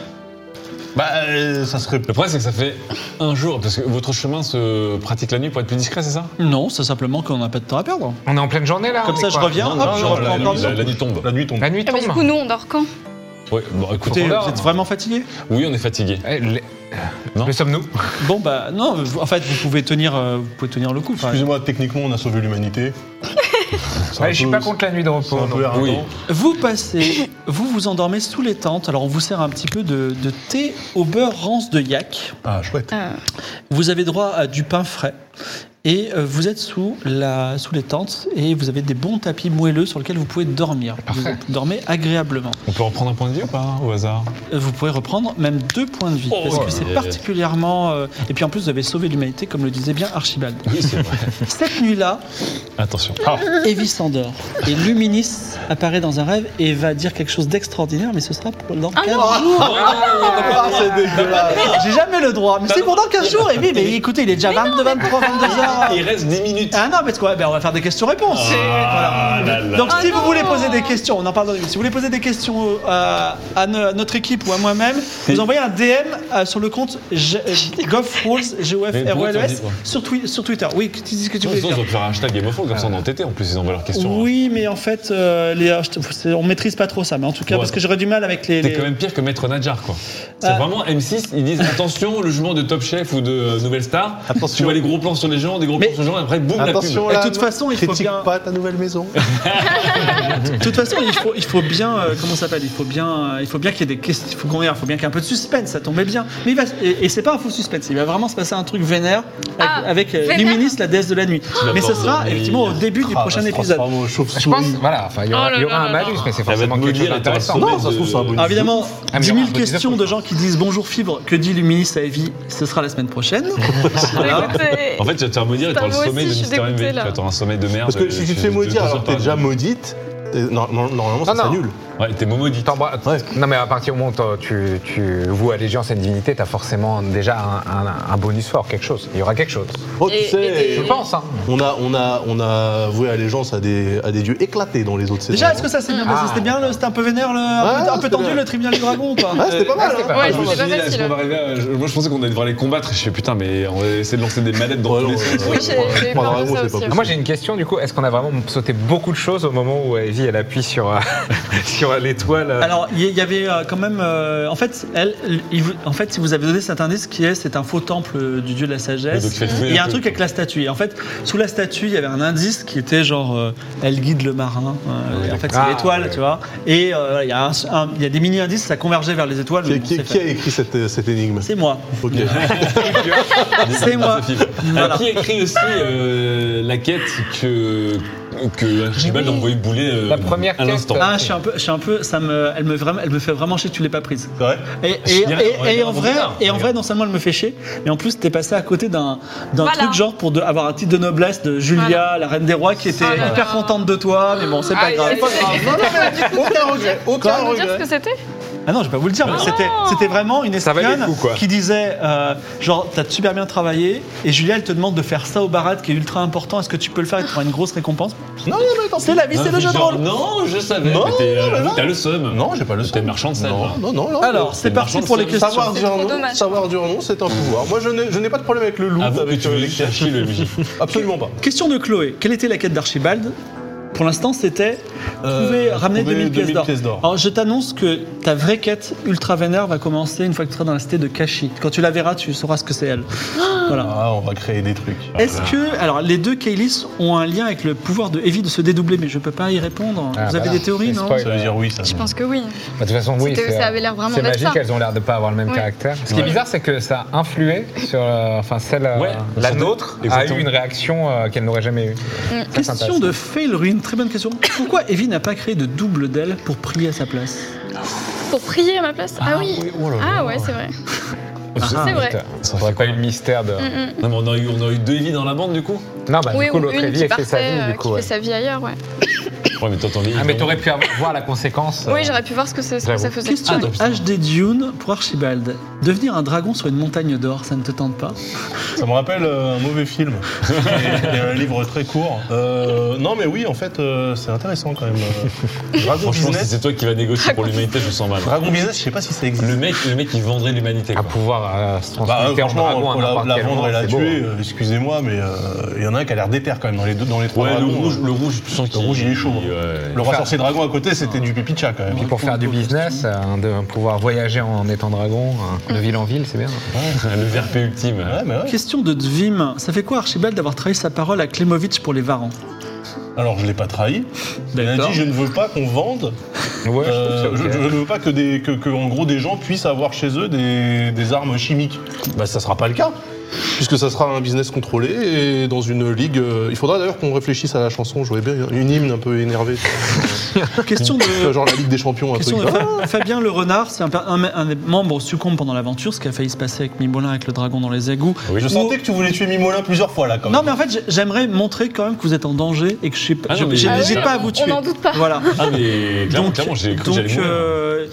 [SPEAKER 2] Bah euh, ça serait...
[SPEAKER 5] Le problème, c'est que ça fait un jour, parce que votre chemin se pratique la nuit pour être plus discret, c'est ça
[SPEAKER 3] Non, c'est simplement qu'on n'a pas de temps à perdre.
[SPEAKER 6] On est en pleine journée là.
[SPEAKER 3] Comme
[SPEAKER 6] on est
[SPEAKER 3] ça, je
[SPEAKER 6] quoi
[SPEAKER 3] reviens.
[SPEAKER 5] Non,
[SPEAKER 3] hop,
[SPEAKER 5] non,
[SPEAKER 3] je
[SPEAKER 5] non,
[SPEAKER 3] reprends
[SPEAKER 5] la-
[SPEAKER 3] encore
[SPEAKER 5] la-
[SPEAKER 3] dedans.
[SPEAKER 5] la nuit tombe.
[SPEAKER 2] La nuit tombe.
[SPEAKER 6] La nuit
[SPEAKER 4] Ah bah,
[SPEAKER 6] tombe.
[SPEAKER 4] Du coup, nous on dort quand
[SPEAKER 5] Ouais, bon, écoutez,
[SPEAKER 3] Écoutez,
[SPEAKER 6] dort.
[SPEAKER 3] vous êtes vraiment fatigué
[SPEAKER 5] oui, on est fatigué.
[SPEAKER 6] Eh, le-
[SPEAKER 5] Non.
[SPEAKER 6] Le sommes-nous
[SPEAKER 3] Bon bah non, vous- en fait vous pouvez tenir, euh, vous pouvez tenir le coup. Enfin,
[SPEAKER 2] Excusez-moi, techniquement on a sauvé l'humanité. C'est un
[SPEAKER 6] Ouais, Je suis
[SPEAKER 2] peu-
[SPEAKER 6] pas contre la nuit de
[SPEAKER 2] C'est
[SPEAKER 6] repos.
[SPEAKER 2] un
[SPEAKER 6] non.
[SPEAKER 2] peu arrogant.
[SPEAKER 5] Oui.
[SPEAKER 3] vous passez, vous vous endormez sous les tentes. Alors on vous sert un petit peu de, de thé au beurre rance de yak.
[SPEAKER 2] Ah chouette.
[SPEAKER 4] Euh,
[SPEAKER 3] Vous avez droit à du pain frais et euh, vous êtes sous la, sous les tentes et vous avez des bons tapis moelleux sur lesquels vous pouvez dormir. Vous dormez agréablement.
[SPEAKER 5] On peut en prendre un point de vie ou pas, au hasard
[SPEAKER 3] Euh, Vous pouvez reprendre même deux points de vie parce que c'est
[SPEAKER 5] yeah.
[SPEAKER 3] particulièrement euh, et puis en plus vous avez sauvé l'humanité comme le disait bien Archibald.
[SPEAKER 5] Oui, c'est vrai.
[SPEAKER 3] Cette nuit-là,
[SPEAKER 5] Attention.
[SPEAKER 2] Ah.
[SPEAKER 3] Evie s'endort et Luminis apparaît dans un rêve et va dire quelque chose d'extraordinaire, mais ce sera pour dans 15 jours.
[SPEAKER 2] Ah c'est dégueulasse.
[SPEAKER 3] J'ai jamais le droit, mais c'est pour dans 15 jours, Evie. Mais écoutez, il est déjà 22, 23, 22
[SPEAKER 5] Il
[SPEAKER 3] heures.
[SPEAKER 5] reste 10 minutes.
[SPEAKER 3] Ah non, parce qu'on ben, on va faire des questions-réponses.
[SPEAKER 5] Ah là là.
[SPEAKER 3] Donc si vous voulez poser des questions, on en parle dans les- Si vous voulez poser des questions euh, à no- à notre équipe ou à moi-même, vous envoyez un DM euh, sur le compte G- euh, GovRules, g o f
[SPEAKER 5] Mais
[SPEAKER 3] r o
[SPEAKER 5] pourquoi
[SPEAKER 3] l
[SPEAKER 5] t'as
[SPEAKER 3] e
[SPEAKER 5] dit
[SPEAKER 3] s
[SPEAKER 5] quoi
[SPEAKER 3] sur, Twi- sur Twitter. Oui, tu dis ce que tu
[SPEAKER 5] Non,
[SPEAKER 3] voulais
[SPEAKER 5] sinon,
[SPEAKER 3] dire.
[SPEAKER 5] ils ont faire un hashtag Game of Thrones, comme ça on est entêté. En plus, ils envoient leurs questions.
[SPEAKER 3] Oui, mais en fait, euh, les, je te- c'est- on maîtrise pas trop ça, mais en tout cas,
[SPEAKER 5] Ouais.
[SPEAKER 3] parce que j'aurais du mal avec les.
[SPEAKER 5] C'est
[SPEAKER 3] les-
[SPEAKER 5] quand même pire que Maître Nadjar, quoi. C'est
[SPEAKER 3] Ah.
[SPEAKER 5] vraiment M6, ils disent attention, le jugement de Top Chef ou de euh, Nouvelle Star. Tu vois les gros plans sur les gens, des gros
[SPEAKER 3] Mais-
[SPEAKER 5] plans sur les gens, et après, boum, la pub.
[SPEAKER 2] Attention
[SPEAKER 3] Et
[SPEAKER 2] là.
[SPEAKER 3] de toute façon, il faut
[SPEAKER 2] critique
[SPEAKER 3] bien-
[SPEAKER 2] pas ta nouvelle maison.
[SPEAKER 3] De toute façon, il faut, il faut bien. euh, comment ça s'appelle Il faut bien, euh, il faut bien qu'il y ait des questions. Il faut qu'on ait- il faut bien qu'il y ait un peu de suspense. Ça tombait bien. Mais il va, et, et c'est pas un faux suspense. Il va vraiment se passer un truc vénère avec,
[SPEAKER 4] Ah,
[SPEAKER 3] avec euh,
[SPEAKER 4] vénère.
[SPEAKER 3] Luminis, la déesse de la nuit.
[SPEAKER 5] vas
[SPEAKER 3] Mais
[SPEAKER 5] pas
[SPEAKER 3] ce sera
[SPEAKER 5] dormir.
[SPEAKER 3] effectivement au début du
[SPEAKER 2] Ah,
[SPEAKER 3] prochain
[SPEAKER 2] bah, se
[SPEAKER 3] épisode.
[SPEAKER 2] transforme en
[SPEAKER 6] Je pense,
[SPEAKER 2] chauve-souris.
[SPEAKER 6] voilà, enfin, il y aura,
[SPEAKER 4] Oh là
[SPEAKER 6] il y aura
[SPEAKER 4] là
[SPEAKER 6] un
[SPEAKER 4] là
[SPEAKER 6] malus,
[SPEAKER 4] là.
[SPEAKER 6] mais c'est
[SPEAKER 5] va
[SPEAKER 6] forcément
[SPEAKER 5] te maudire,
[SPEAKER 6] quelque chose
[SPEAKER 5] elle t'aura
[SPEAKER 6] d'intéressant.
[SPEAKER 5] sauvé
[SPEAKER 2] Non, ça se trouve, c'est un bonus.
[SPEAKER 3] Alors évidemment,
[SPEAKER 6] Ah, mais
[SPEAKER 3] 10
[SPEAKER 6] il y
[SPEAKER 3] 000
[SPEAKER 6] aura un peu de
[SPEAKER 3] questions
[SPEAKER 6] désaccord,
[SPEAKER 3] de gens qui disent bonjour fibre, que dit Luminis à Evie, ce sera la semaine prochaine. Voilà.
[SPEAKER 4] écoutez,
[SPEAKER 5] En fait, tu vas te faire maudire et
[SPEAKER 4] Putain,
[SPEAKER 5] t'auras le
[SPEAKER 4] moi
[SPEAKER 5] sommeil de
[SPEAKER 4] aussi, je suis
[SPEAKER 5] Mister MV.
[SPEAKER 4] dégoûtée,
[SPEAKER 5] Tu
[SPEAKER 4] là.
[SPEAKER 5] vas avoir un sommeil de merde.
[SPEAKER 2] Parce que si tu te fais maudire alors que t'es déjà
[SPEAKER 5] maudit.
[SPEAKER 2] maudite, t'es- non, non, normalement ça
[SPEAKER 6] Ah, non.
[SPEAKER 2] s'annule.
[SPEAKER 5] Ouais, t'es maudit.
[SPEAKER 6] T'embrasses-
[SPEAKER 2] Ouais.
[SPEAKER 6] Non, mais à partir du moment où t'en- tu, tu voues allégeance à une divinité, t'as forcément déjà un, un- un bonus fort, quelque chose. Il y aura quelque chose.
[SPEAKER 2] Oh, tu
[SPEAKER 4] Et- et-
[SPEAKER 6] Je
[SPEAKER 2] sais,
[SPEAKER 4] et-
[SPEAKER 6] pense, hein.
[SPEAKER 2] on a, on a, on a voué allégeance à des, à des dieux éclatés dans les autres scénarios.
[SPEAKER 3] Déjà, est-ce que ça s'est bien passé C'était bien, le- c'était un peu vénère, le, un,
[SPEAKER 2] Ah. Ouais,
[SPEAKER 3] peu, un peu
[SPEAKER 2] c'était
[SPEAKER 3] tendu
[SPEAKER 2] bien.
[SPEAKER 3] le tribunal du dragon ou pas Euh,
[SPEAKER 2] Ah, c'était pas mal.
[SPEAKER 6] c'était
[SPEAKER 2] hein.
[SPEAKER 6] pas
[SPEAKER 4] mal. Ouais,
[SPEAKER 5] je me
[SPEAKER 4] c'est
[SPEAKER 5] suis
[SPEAKER 4] pas
[SPEAKER 5] dit, là, est-ce
[SPEAKER 4] facile.
[SPEAKER 5] qu'on va arriver à- je- Moi, je pensais qu'on allait devoir les combattre. et Je fais putain, mais on va essayer de lancer des manettes dans
[SPEAKER 2] Ouais,
[SPEAKER 5] tous les
[SPEAKER 2] non,
[SPEAKER 5] sens.
[SPEAKER 2] ouais,
[SPEAKER 4] Oui, j'ai-
[SPEAKER 2] ouais,
[SPEAKER 4] j'ai eu
[SPEAKER 2] moi,
[SPEAKER 4] peur
[SPEAKER 2] vraiment,
[SPEAKER 4] de
[SPEAKER 2] c'est
[SPEAKER 4] ça
[SPEAKER 2] pas
[SPEAKER 4] aussi.
[SPEAKER 2] possible.
[SPEAKER 6] Ah, moi j'ai une question du coup, est-ce qu'on a vraiment sauté beaucoup de choses au moment où Evie elle appuie sur, euh, sur sur l'étoile. euh,
[SPEAKER 3] Alors, il y, il y avait euh, quand même. euh, en fait, elle, il vous- en fait, si vous avez donné cet indice, qui est, c'est un faux temple euh, du dieu de la sagesse.
[SPEAKER 5] Donc, il fait fouiller
[SPEAKER 3] Il y a un
[SPEAKER 5] peu.
[SPEAKER 3] truc avec la statue. Et en fait, sous la statue, il y avait un indice qui était genre, euh, elle guide le marin. Euh, et en fait, c'est
[SPEAKER 6] Ah,
[SPEAKER 3] l'étoile,
[SPEAKER 6] ouais.
[SPEAKER 3] tu vois. Et euh, il y, a un- un- il y a des mini indices, ça convergeait vers les étoiles. mais
[SPEAKER 2] Qui,
[SPEAKER 3] bon,
[SPEAKER 2] qui- qui
[SPEAKER 3] c'est
[SPEAKER 2] a
[SPEAKER 3] fait.
[SPEAKER 2] écrit cette, euh, cette énigme
[SPEAKER 3] C'est moi.
[SPEAKER 2] Ok.
[SPEAKER 3] C'est moi. Voilà.
[SPEAKER 5] Qui écrit aussi euh, la quête que que Archibald a envoyé bouler euh,
[SPEAKER 6] La première
[SPEAKER 5] à
[SPEAKER 6] quête.
[SPEAKER 5] l'instant.
[SPEAKER 3] Ah, je suis un peu, je suis un peu, ça me, elle me vraiment, elle me fait vraiment chier. que Tu l'es pas prise.
[SPEAKER 2] C'est vrai
[SPEAKER 3] Et, et-
[SPEAKER 5] Je dirais,
[SPEAKER 3] et-
[SPEAKER 5] on va
[SPEAKER 3] et
[SPEAKER 5] dire
[SPEAKER 3] en
[SPEAKER 5] un bon
[SPEAKER 3] vrai,
[SPEAKER 5] départ,
[SPEAKER 3] et en
[SPEAKER 5] mais-
[SPEAKER 3] vrai, non seulement elle me fait chier, mais en plus t'es passé à côté d'un d'un
[SPEAKER 4] Voilà.
[SPEAKER 3] truc genre pour de- avoir un titre de noblesse de Julia,
[SPEAKER 4] Voilà.
[SPEAKER 3] la reine des rois, qui était
[SPEAKER 4] Ah là Ah,
[SPEAKER 3] hyper
[SPEAKER 4] là.
[SPEAKER 3] contente de toi, mais bon, c'est pas
[SPEAKER 6] Aïe,
[SPEAKER 3] grave.
[SPEAKER 6] aïe, aïe.
[SPEAKER 2] Aucun regret, aucun
[SPEAKER 4] Tu veux nous dire ce
[SPEAKER 2] regret.
[SPEAKER 4] que c'était
[SPEAKER 3] Ah non, je vais pas vous le dire, mais
[SPEAKER 4] non.
[SPEAKER 3] c'était c'était vraiment une
[SPEAKER 6] Ça valait le
[SPEAKER 3] espionne
[SPEAKER 6] coup, quoi.
[SPEAKER 3] qui disait euh, genre t'as super bien travaillé et Julia elle te demande de faire ça au barade qui est ultra important. Est-ce que tu peux le faire et tu auras une grosse récompense
[SPEAKER 2] Non, non, mais attends.
[SPEAKER 3] C'est la vie, c'est le jeu de
[SPEAKER 5] Genre,
[SPEAKER 3] rôle.
[SPEAKER 5] Non, je savais.
[SPEAKER 2] Non,
[SPEAKER 5] mais t'es, euh,
[SPEAKER 2] mais non.
[SPEAKER 5] T'as le seum.
[SPEAKER 2] Non, j'ai pas le
[SPEAKER 5] T'es
[SPEAKER 2] seum.
[SPEAKER 5] marchand de sel.
[SPEAKER 2] Non, non, non, non.
[SPEAKER 3] Alors c'est
[SPEAKER 5] c'est
[SPEAKER 3] parti
[SPEAKER 5] marrant,
[SPEAKER 3] pour les
[SPEAKER 5] ça.
[SPEAKER 3] questions.
[SPEAKER 2] Savoir dire
[SPEAKER 4] trop
[SPEAKER 2] non,
[SPEAKER 4] dommage.
[SPEAKER 2] savoir dire non, c'est un pouvoir. Moi, je n'ai je n'ai pas de problème avec le loup.
[SPEAKER 5] Avoue que
[SPEAKER 2] avec
[SPEAKER 5] tu
[SPEAKER 2] euh,
[SPEAKER 5] veux
[SPEAKER 2] les chiens.
[SPEAKER 5] chercher le MJ.
[SPEAKER 2] Absolument pas.
[SPEAKER 3] Question de Chloé. Quelle était la quête d'Archibald Pour l'instant, c'était trouver,
[SPEAKER 2] Euh,
[SPEAKER 3] ramener
[SPEAKER 2] trouver
[SPEAKER 3] 2000 pièces
[SPEAKER 2] 2000
[SPEAKER 3] d'or.
[SPEAKER 2] pièces d'or.
[SPEAKER 3] Alors, je t'annonce que ta vraie quête ultra vénère va commencer une fois que tu seras dans la cité de Kashi. Quand tu la verras, tu sauras ce que c'est elle. Voilà.
[SPEAKER 2] Ah, on va créer des trucs.
[SPEAKER 3] Est-ce que. Alors, les deux Kailis ont un lien avec le pouvoir de Evie de se dédoubler, mais je peux pas y répondre.
[SPEAKER 6] Ah,
[SPEAKER 3] Vous
[SPEAKER 6] bah
[SPEAKER 3] avez
[SPEAKER 6] là,
[SPEAKER 3] des théories,
[SPEAKER 6] c'est
[SPEAKER 3] non
[SPEAKER 6] spoil.
[SPEAKER 2] Ça veut dire oui, ça.
[SPEAKER 4] Je pense que oui.
[SPEAKER 6] Bah, de toute façon, oui.
[SPEAKER 4] C'était-
[SPEAKER 6] c'est,
[SPEAKER 4] ça
[SPEAKER 6] euh,
[SPEAKER 4] avait l'air vraiment
[SPEAKER 6] C'est
[SPEAKER 4] d'être
[SPEAKER 6] magique,
[SPEAKER 4] ça.
[SPEAKER 6] elles ont l'air de pas avoir le même
[SPEAKER 4] Oui.
[SPEAKER 6] caractère. Ce qui est
[SPEAKER 5] Ouais.
[SPEAKER 6] bizarre, c'est que ça a influé sur. euh, Enfin, celle. euh,
[SPEAKER 5] Ouais,
[SPEAKER 6] la
[SPEAKER 5] surtout-
[SPEAKER 6] nôtre a
[SPEAKER 5] exactement.
[SPEAKER 6] eu une réaction euh, qu'elle n'aurait jamais eue. Ça, c'est
[SPEAKER 3] Question de Fail Ruin, très bonne question. Pourquoi Evie n'a pas créé de double d'elle pour prier à sa place
[SPEAKER 4] Pour prier à ma place Ah oui.
[SPEAKER 5] oh là là.
[SPEAKER 4] Ah ouais, c'est vrai.
[SPEAKER 6] intéressante.
[SPEAKER 4] C'est vrai.
[SPEAKER 6] Putain, Ça aurait pas eu le mystère de.
[SPEAKER 4] Mm, mm.
[SPEAKER 5] Non, mais on a eu, on a eu deux vies dans la bande du coup.
[SPEAKER 6] Non, bah,
[SPEAKER 4] Oui,
[SPEAKER 6] du coup,
[SPEAKER 4] ou
[SPEAKER 6] l'autre
[SPEAKER 4] une
[SPEAKER 6] Evie,
[SPEAKER 4] qui
[SPEAKER 6] elle fait sa
[SPEAKER 4] partait,
[SPEAKER 6] vie,
[SPEAKER 4] euh,
[SPEAKER 6] du coup.
[SPEAKER 4] qui
[SPEAKER 6] ouais.
[SPEAKER 4] fait sa vie ailleurs, ouais.
[SPEAKER 5] Ouais, mais t'entends
[SPEAKER 6] Ah, mais t'aurais pu avoir- voir la conséquence. euh,
[SPEAKER 4] Oui, j'aurais pu voir ce que c'est- ce que ça
[SPEAKER 6] j'avoue.
[SPEAKER 4] faisait.
[SPEAKER 3] Question
[SPEAKER 5] Ah,
[SPEAKER 3] de
[SPEAKER 5] donc, putain.
[SPEAKER 3] HD Dune pour Archibald. Devenir un dragon sur une montagne d'or, ça ne te tente pas
[SPEAKER 2] Ça me rappelle euh, un mauvais film et, et un livre très court. Euh, non, mais oui, en fait, euh, c'est intéressant quand même. euh. Dragon
[SPEAKER 5] Franchement, si
[SPEAKER 2] Business,
[SPEAKER 5] c'est toi qui vas négocier pour l'humanité, je sens mal.
[SPEAKER 2] Dragon Business, je sais pas si ça existe.
[SPEAKER 5] Le mec, le mec, il vendrait l'humanité.
[SPEAKER 6] à
[SPEAKER 2] Ah,
[SPEAKER 5] quoi.
[SPEAKER 6] pouvoir euh, se
[SPEAKER 2] Bah, euh,
[SPEAKER 6] transmuter en
[SPEAKER 2] franchement,
[SPEAKER 6] dragon à
[SPEAKER 2] pour la,
[SPEAKER 6] n'importe
[SPEAKER 2] la
[SPEAKER 6] quel
[SPEAKER 2] vendre
[SPEAKER 6] moment,
[SPEAKER 2] et la
[SPEAKER 6] c'est beau,
[SPEAKER 2] tuer,
[SPEAKER 6] hein.
[SPEAKER 2] euh, excusez-moi, mais euh, il y en a un qui a l'air déter quand même dans les, deux, dans les trois.
[SPEAKER 5] Ouais, le
[SPEAKER 2] dragons,
[SPEAKER 5] rouge,
[SPEAKER 2] hein.
[SPEAKER 5] le rouge, tu sens euh,
[SPEAKER 2] Le rouge, il est chaud. hein.
[SPEAKER 5] ouais.
[SPEAKER 2] Le roi
[SPEAKER 6] Enfin-
[SPEAKER 2] sorcier dragon à côté, c'était du pipicha quand même.
[SPEAKER 6] Puis pour faire du business, euh, de pouvoir voyager en étant dragon, euh,
[SPEAKER 4] Mm.
[SPEAKER 6] de ville en ville, c'est bien.
[SPEAKER 5] le VRP ultime.
[SPEAKER 2] Ouais, mais ouais.
[SPEAKER 3] Oh. Question de Dvim. Ça fait quoi Archibald d'avoir trahi sa parole à Klemovic pour les Varans
[SPEAKER 2] Alors, je l'ai pas trahi. Il a
[SPEAKER 3] D'accord.
[SPEAKER 2] dit je ne veux pas qu'on vende.
[SPEAKER 6] Ouais,
[SPEAKER 2] euh, je, je ne veux pas que, des, que, que, en gros, des gens puissent avoir chez eux des, des armes chimiques. Bah, ça sera pas le cas. Puisque ça sera un business contrôlé et dans une ligue. euh, il faudra d'ailleurs qu'on réfléchisse à la chanson. Je voulais bien une hymne un peu énervée.
[SPEAKER 3] Question de,
[SPEAKER 2] Genre la Ligue des Champions, un
[SPEAKER 3] question
[SPEAKER 5] Ah,
[SPEAKER 2] truc.
[SPEAKER 3] de Fa- Fabien le Renard. C'est un, pa- un- un des membres succombe pendant l'aventure, ce qui a failli se passer avec Mimolin avec le dragon dans les égouts.
[SPEAKER 5] Ah Oui.
[SPEAKER 2] Je sentais que tu voulais tuer Mimolin plusieurs fois là quand même.
[SPEAKER 3] Non, mais en fait, j'ai- j'aimerais montrer quand même que vous êtes en danger et que je suis pas-
[SPEAKER 5] Ah non,
[SPEAKER 3] je-
[SPEAKER 5] mais-
[SPEAKER 3] j'ai
[SPEAKER 5] Ah
[SPEAKER 3] j'ai
[SPEAKER 5] oui,
[SPEAKER 3] pas à vous
[SPEAKER 4] on
[SPEAKER 3] tuer.
[SPEAKER 4] n'en doute pas.
[SPEAKER 3] Voilà.
[SPEAKER 5] Ah, mais clairement,
[SPEAKER 3] Donc-
[SPEAKER 5] clairement, j'ai cru que
[SPEAKER 3] Donc,
[SPEAKER 5] j'allais mourir.
[SPEAKER 3] euh,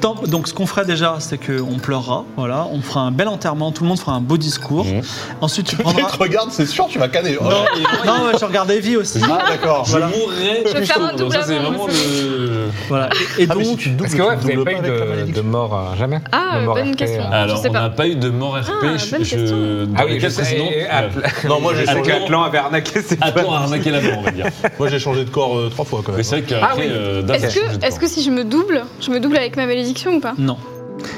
[SPEAKER 3] tant- donc ce qu'on fera déjà, c'est qu'on pleurera, voilà, on fera un bel enterrement, tout le monde fera un beau discours.
[SPEAKER 5] Mhm.
[SPEAKER 3] Ensuite, tu
[SPEAKER 2] Peut-être
[SPEAKER 3] prendras.
[SPEAKER 2] regarde, c'est sûr, tu vas canner. Oh.
[SPEAKER 3] Non, non, ouais, je regarde Evie aussi.
[SPEAKER 2] Ah d'accord.
[SPEAKER 5] Je mourrais.
[SPEAKER 4] vais faire un
[SPEAKER 5] Donc ça,
[SPEAKER 4] double
[SPEAKER 5] c'est
[SPEAKER 4] avant,
[SPEAKER 5] vraiment
[SPEAKER 4] je sais.
[SPEAKER 5] le.
[SPEAKER 3] Voilà. Et, et
[SPEAKER 2] Ah, mais
[SPEAKER 3] donc,
[SPEAKER 2] si tu doubles,
[SPEAKER 6] Parce que ouais,
[SPEAKER 2] tu
[SPEAKER 6] vous n'avez
[SPEAKER 2] doubles
[SPEAKER 6] pas
[SPEAKER 2] pas
[SPEAKER 6] eu
[SPEAKER 2] avec la
[SPEAKER 6] de,
[SPEAKER 2] maladie.
[SPEAKER 6] de mort euh, jamais
[SPEAKER 4] Ah,
[SPEAKER 6] de mort
[SPEAKER 4] bonne
[SPEAKER 6] RP,
[SPEAKER 4] question.
[SPEAKER 6] euh.
[SPEAKER 5] Alors,
[SPEAKER 4] sais
[SPEAKER 5] on
[SPEAKER 4] pas. Ah,
[SPEAKER 5] n'a pas eu de mort RP.
[SPEAKER 4] bonne
[SPEAKER 5] je, je-
[SPEAKER 4] question.
[SPEAKER 5] dans
[SPEAKER 6] Ah
[SPEAKER 5] les
[SPEAKER 6] oui, je
[SPEAKER 5] cas
[SPEAKER 6] sais.
[SPEAKER 5] précédents,
[SPEAKER 6] et- et
[SPEAKER 5] euh,
[SPEAKER 6] Atl-
[SPEAKER 2] Non, moi j'ai
[SPEAKER 6] Parce
[SPEAKER 2] changé.
[SPEAKER 5] Atlan-
[SPEAKER 6] qu'Atlan avait arnaqué ses potes.
[SPEAKER 5] Attends, arnaquer la mort, on va dire.
[SPEAKER 2] Moi j'ai changé de corps euh, trois fois quand
[SPEAKER 5] Mais
[SPEAKER 2] même.
[SPEAKER 5] c'est vrai euh, que.
[SPEAKER 6] Ah oui.
[SPEAKER 4] Est-ce que, est que si je me double, je me double avec ma malédiction ou pas
[SPEAKER 3] non.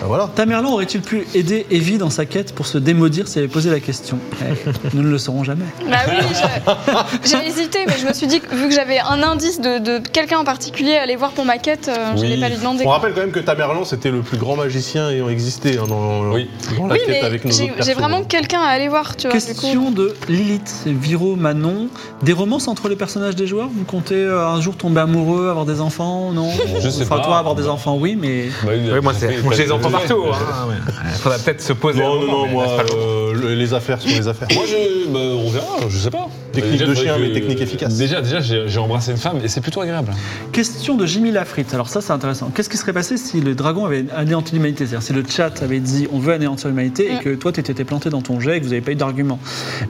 [SPEAKER 2] Ah, voilà.
[SPEAKER 3] Tamerlan aurait-il pu aider Evie dans sa quête pour se démaudir si elle avait posé la question Eh, Nous ne le saurons jamais.
[SPEAKER 4] Bah oui, je- j'ai hésité, mais je me suis dit que vu que j'avais un indice de, de quelqu'un en particulier à aller voir pour ma quête, euh, je
[SPEAKER 5] Oui.
[SPEAKER 4] n'ai pas lui demander.
[SPEAKER 2] On rappelle quand même que Tamerlan c'était le plus grand magicien ayant existé hein, dans,
[SPEAKER 5] Oui.
[SPEAKER 2] dans la
[SPEAKER 4] Oui,
[SPEAKER 2] quête
[SPEAKER 4] mais
[SPEAKER 2] avec nos
[SPEAKER 4] j'ai-
[SPEAKER 2] autres
[SPEAKER 4] j'ai
[SPEAKER 2] persos.
[SPEAKER 4] vraiment quelqu'un à aller voir, tu vois. du coup.
[SPEAKER 3] Question de Lilith, Viro, Manon. Des romances entre les personnages des joueurs Vous comptez euh, un jour tomber amoureux, avoir des enfants Non
[SPEAKER 5] Je sais
[SPEAKER 3] Enfin,
[SPEAKER 5] pas.
[SPEAKER 3] toi, avoir des enfants, oui, mais.
[SPEAKER 5] Bah
[SPEAKER 6] Oui, moi, c'est- moi, j'ai les enfants partout. hein, ouais. Faudra peut-être se poser. un
[SPEAKER 2] Non, non,
[SPEAKER 6] moment,
[SPEAKER 2] non,
[SPEAKER 6] mais
[SPEAKER 2] moi,
[SPEAKER 6] ça sera long.
[SPEAKER 2] euh, le- les affaires sont les affaires.
[SPEAKER 5] Moi, je, bah, on verra, je sais pas.
[SPEAKER 2] Technique
[SPEAKER 5] Déjà,
[SPEAKER 2] de
[SPEAKER 5] faudrait
[SPEAKER 2] chien, mais technique efficace.
[SPEAKER 5] Déjà, déjà j'ai j'ai embrassé une femme et c'est plutôt agréable.
[SPEAKER 3] Question de Jimmy Lafrite. Alors ça, c'est intéressant. Qu'est-ce qui serait passé si le dragon avait anéanti l'humanité C'est-à-dire si le chat avait dit on veut anéantir l'humanité et
[SPEAKER 4] Mm.
[SPEAKER 3] que toi, tu t'étais planté dans ton jet et que vous n'avez pas eu d'argument.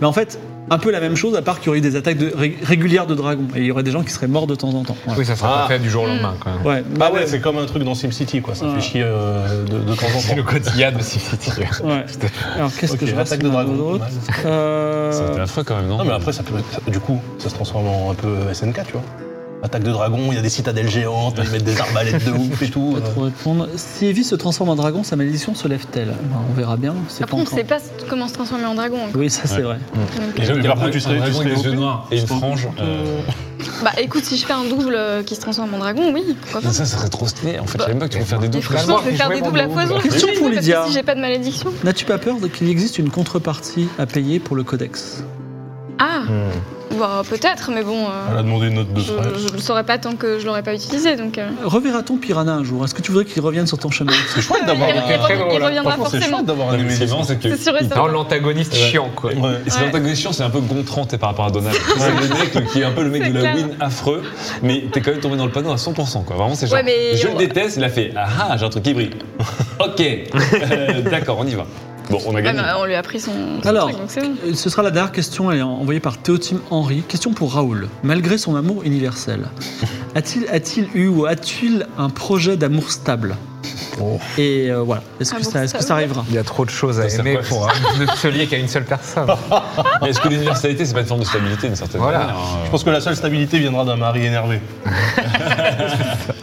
[SPEAKER 3] Mais en fait, un peu la même chose, à part qu'il y aurait eu des attaques de- ré- régulières de dragons et il y aurait des gens qui seraient morts de temps en temps. Voilà.
[SPEAKER 6] Oui, ça sera
[SPEAKER 2] Ah.
[SPEAKER 6] pas fait du jour au lendemain. quand même.
[SPEAKER 3] Ouais,
[SPEAKER 2] Ah
[SPEAKER 3] bah
[SPEAKER 2] ouais, c'est comme un truc dans SimCity, quoi. Ça
[SPEAKER 3] Ouais.
[SPEAKER 2] fait chier euh, de, de temps en
[SPEAKER 6] C'est le
[SPEAKER 2] temps.
[SPEAKER 6] quotidien de City.
[SPEAKER 3] ouais. Alors qu'est-ce que
[SPEAKER 2] Ok,
[SPEAKER 3] je vois
[SPEAKER 2] attaque de
[SPEAKER 3] s'il y en a
[SPEAKER 2] dragon,
[SPEAKER 3] d'autres
[SPEAKER 2] pas mal.
[SPEAKER 3] Euh,
[SPEAKER 5] Ça a été affreux quand même, non
[SPEAKER 2] Non, mais après, ça peut, ça- du coup, ça se transforme en un peu SNK, tu vois. Attaque de dragon, il y a des citadelles géantes, ils mettent des arbalètes de ouf et tout. euh.
[SPEAKER 3] Pas trop répondre. Si Evie se transforme en dragon, sa malédiction se lève-t-elle Ben, On verra bien. C'est pas
[SPEAKER 4] Après, on ne
[SPEAKER 3] encore.
[SPEAKER 4] sait pas comment se transformer en dragon. encore.
[SPEAKER 3] Oui, ça c'est vrai.
[SPEAKER 4] Donc,
[SPEAKER 2] Et
[SPEAKER 4] euh,
[SPEAKER 2] je- par contre, tu serais- tu serais
[SPEAKER 5] des yeux
[SPEAKER 2] OP?
[SPEAKER 5] noirs et une frange. euh,
[SPEAKER 4] bah écoute, si je fais un double euh, qui se transforme en dragon, oui, pourquoi pas.
[SPEAKER 5] Ça, ça serait trop stylé. En fait, je savais même pas que tu peux faire des
[SPEAKER 4] Mais
[SPEAKER 5] doubles.
[SPEAKER 4] franchement, Ah, je vais faire des doubles à foison.
[SPEAKER 3] Question pour
[SPEAKER 4] parce que
[SPEAKER 3] Lydia.
[SPEAKER 4] Si j'ai pas de malédiction.
[SPEAKER 3] N'as-tu pas peur qu'il existe une contrepartie à payer pour le codex
[SPEAKER 4] Ah,
[SPEAKER 2] Hmm.
[SPEAKER 4] bah, peut-être, mais bon, euh,
[SPEAKER 2] Elle a demandé une note de
[SPEAKER 4] je,
[SPEAKER 2] frais.
[SPEAKER 4] je le saurais pas tant que je l'aurais pas utilisé. Donc, euh.
[SPEAKER 3] Reverra-t-on Piranha un jour Est-ce que tu voudrais qu'il revienne sur ton chemin
[SPEAKER 2] C'est chouette d'avoir
[SPEAKER 4] il,
[SPEAKER 2] un.
[SPEAKER 4] il-
[SPEAKER 6] très
[SPEAKER 4] il
[SPEAKER 6] drôle, hein.
[SPEAKER 4] reviendra
[SPEAKER 2] Franchement, c'est
[SPEAKER 4] forcément.
[SPEAKER 2] chouette d'avoir un
[SPEAKER 5] Non, mais
[SPEAKER 2] ennemi
[SPEAKER 5] c'est marrant, c'est que.
[SPEAKER 4] C'est sûr et
[SPEAKER 5] il
[SPEAKER 6] Dans
[SPEAKER 4] certain.
[SPEAKER 6] l'antagoniste
[SPEAKER 5] Ouais.
[SPEAKER 6] chiant, quoi.
[SPEAKER 2] Ouais.
[SPEAKER 5] Et c'est
[SPEAKER 4] Ouais.
[SPEAKER 5] l'antagoniste, c'est un peu Gontran t'es, par rapport à Donald. C'est le mec qui est un peu le mec
[SPEAKER 4] C'est
[SPEAKER 5] de la
[SPEAKER 4] clair.
[SPEAKER 5] win affreux, mais t'es quand même tombé dans le panneau à 100%. Quoi. Vraiment, c'est genre.
[SPEAKER 4] Ouais, mais-
[SPEAKER 5] Je le
[SPEAKER 4] ouais.
[SPEAKER 5] déteste, il a fait Ah ah, j'ai un truc qui brille. ok, Euh, d'accord, on y va. Bon, on a
[SPEAKER 4] Ouais,
[SPEAKER 5] gagné.
[SPEAKER 4] mais on lui a pris son, son
[SPEAKER 3] Alors,
[SPEAKER 4] truc, donc c'est bon.
[SPEAKER 3] euh, ce sera la dernière question, elle est en- envoyée par Théotime Henry. Question pour Raoul. Malgré son amour universel, a-t-il a-t-il eu ou a-t-il un projet d'amour stable
[SPEAKER 2] Oh.
[SPEAKER 3] Et euh, voilà, est-ce que,
[SPEAKER 4] Amour
[SPEAKER 3] ça- est-ce que ça
[SPEAKER 4] stable.
[SPEAKER 3] arrivera
[SPEAKER 6] Il y a trop de choses à
[SPEAKER 5] Ça sert
[SPEAKER 6] aimer
[SPEAKER 5] pas.
[SPEAKER 6] pour euh, ne se lier qu'à une seule personne.
[SPEAKER 5] Mais Est-ce que l'universalité, c'est pas une forme de stabilité d'une certaine
[SPEAKER 6] Voilà. Ah,
[SPEAKER 5] manière hein
[SPEAKER 2] Je pense que la seule stabilité viendra d'un mari énervé.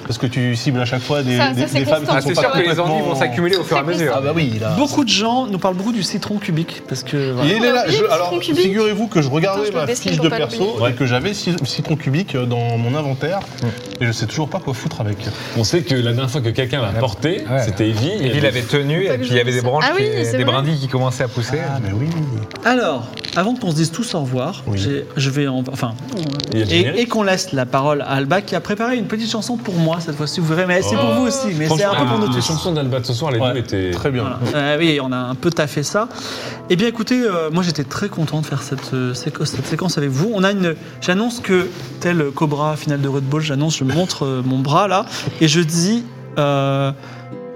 [SPEAKER 2] Parce que tu cibles à chaque fois des,
[SPEAKER 4] Ça, ça,
[SPEAKER 2] des-
[SPEAKER 4] c'est
[SPEAKER 2] des femmes qui
[SPEAKER 4] constant.
[SPEAKER 6] Ah,
[SPEAKER 2] ne
[SPEAKER 6] c'est
[SPEAKER 2] sont
[SPEAKER 6] sûr
[SPEAKER 2] pas
[SPEAKER 6] que les ennuis vont
[SPEAKER 2] complètement-
[SPEAKER 6] s'accumuler au fur et à mesure.
[SPEAKER 2] Ah bah oui, là.
[SPEAKER 3] Beaucoup de gens nous parlent beaucoup du citron cubique parce que voilà.
[SPEAKER 2] Il est là. je-
[SPEAKER 4] Citron
[SPEAKER 2] alors,
[SPEAKER 4] cubique.
[SPEAKER 2] figurez-vous que je regardais
[SPEAKER 4] Attends, je le
[SPEAKER 2] ma
[SPEAKER 4] dessine
[SPEAKER 2] fiche
[SPEAKER 4] pour
[SPEAKER 2] de
[SPEAKER 4] pas
[SPEAKER 2] perso
[SPEAKER 5] l'oublier.
[SPEAKER 2] et que j'avais ci- citron cubique euh, dans mon inventaire
[SPEAKER 6] Mm.
[SPEAKER 2] et je sais toujours pas quoi foutre avec.
[SPEAKER 5] On sait que la dernière fois que quelqu'un l'a porté,
[SPEAKER 6] Ouais.
[SPEAKER 5] c'était Evie.
[SPEAKER 6] Et puis, il avait tenu, et
[SPEAKER 4] ça que
[SPEAKER 6] puis
[SPEAKER 4] je
[SPEAKER 6] il y avait des
[SPEAKER 4] pensais.
[SPEAKER 6] branches,
[SPEAKER 4] Ah oui,
[SPEAKER 6] qui-
[SPEAKER 4] c'est
[SPEAKER 6] des
[SPEAKER 4] vrai.
[SPEAKER 6] brindilles qui commençaient à pousser.
[SPEAKER 2] Ah, mais oui.
[SPEAKER 3] Alors, avant qu'on se dise tous au revoir,
[SPEAKER 2] Oui.
[SPEAKER 3] j'ai- je vais en- enfin
[SPEAKER 5] Il y a le
[SPEAKER 3] et,
[SPEAKER 5] générique.
[SPEAKER 3] et qu'on laisse la parole à Alba qui a préparé une petite chanson pour moi cette fois-ci. Vous verrez, mais c'est pour vous aussi, mais c'est un peu
[SPEAKER 5] Franchement, euh,
[SPEAKER 3] pour nous
[SPEAKER 5] les
[SPEAKER 3] tous.
[SPEAKER 5] chansons d'Alba de ce soir, les
[SPEAKER 2] Ouais,
[SPEAKER 5] deux étaient.
[SPEAKER 2] Très bien.
[SPEAKER 3] Voilà. Euh, oui, on a un peu taffé ça. Eh bien, écoutez, euh, moi j'étais très content de faire cette, euh, séqu- cette séquence avec vous. On a une, j'annonce que tel Cobra finale de Red Bull, j'annonce, je montre euh, mon bras là et je dis, euh,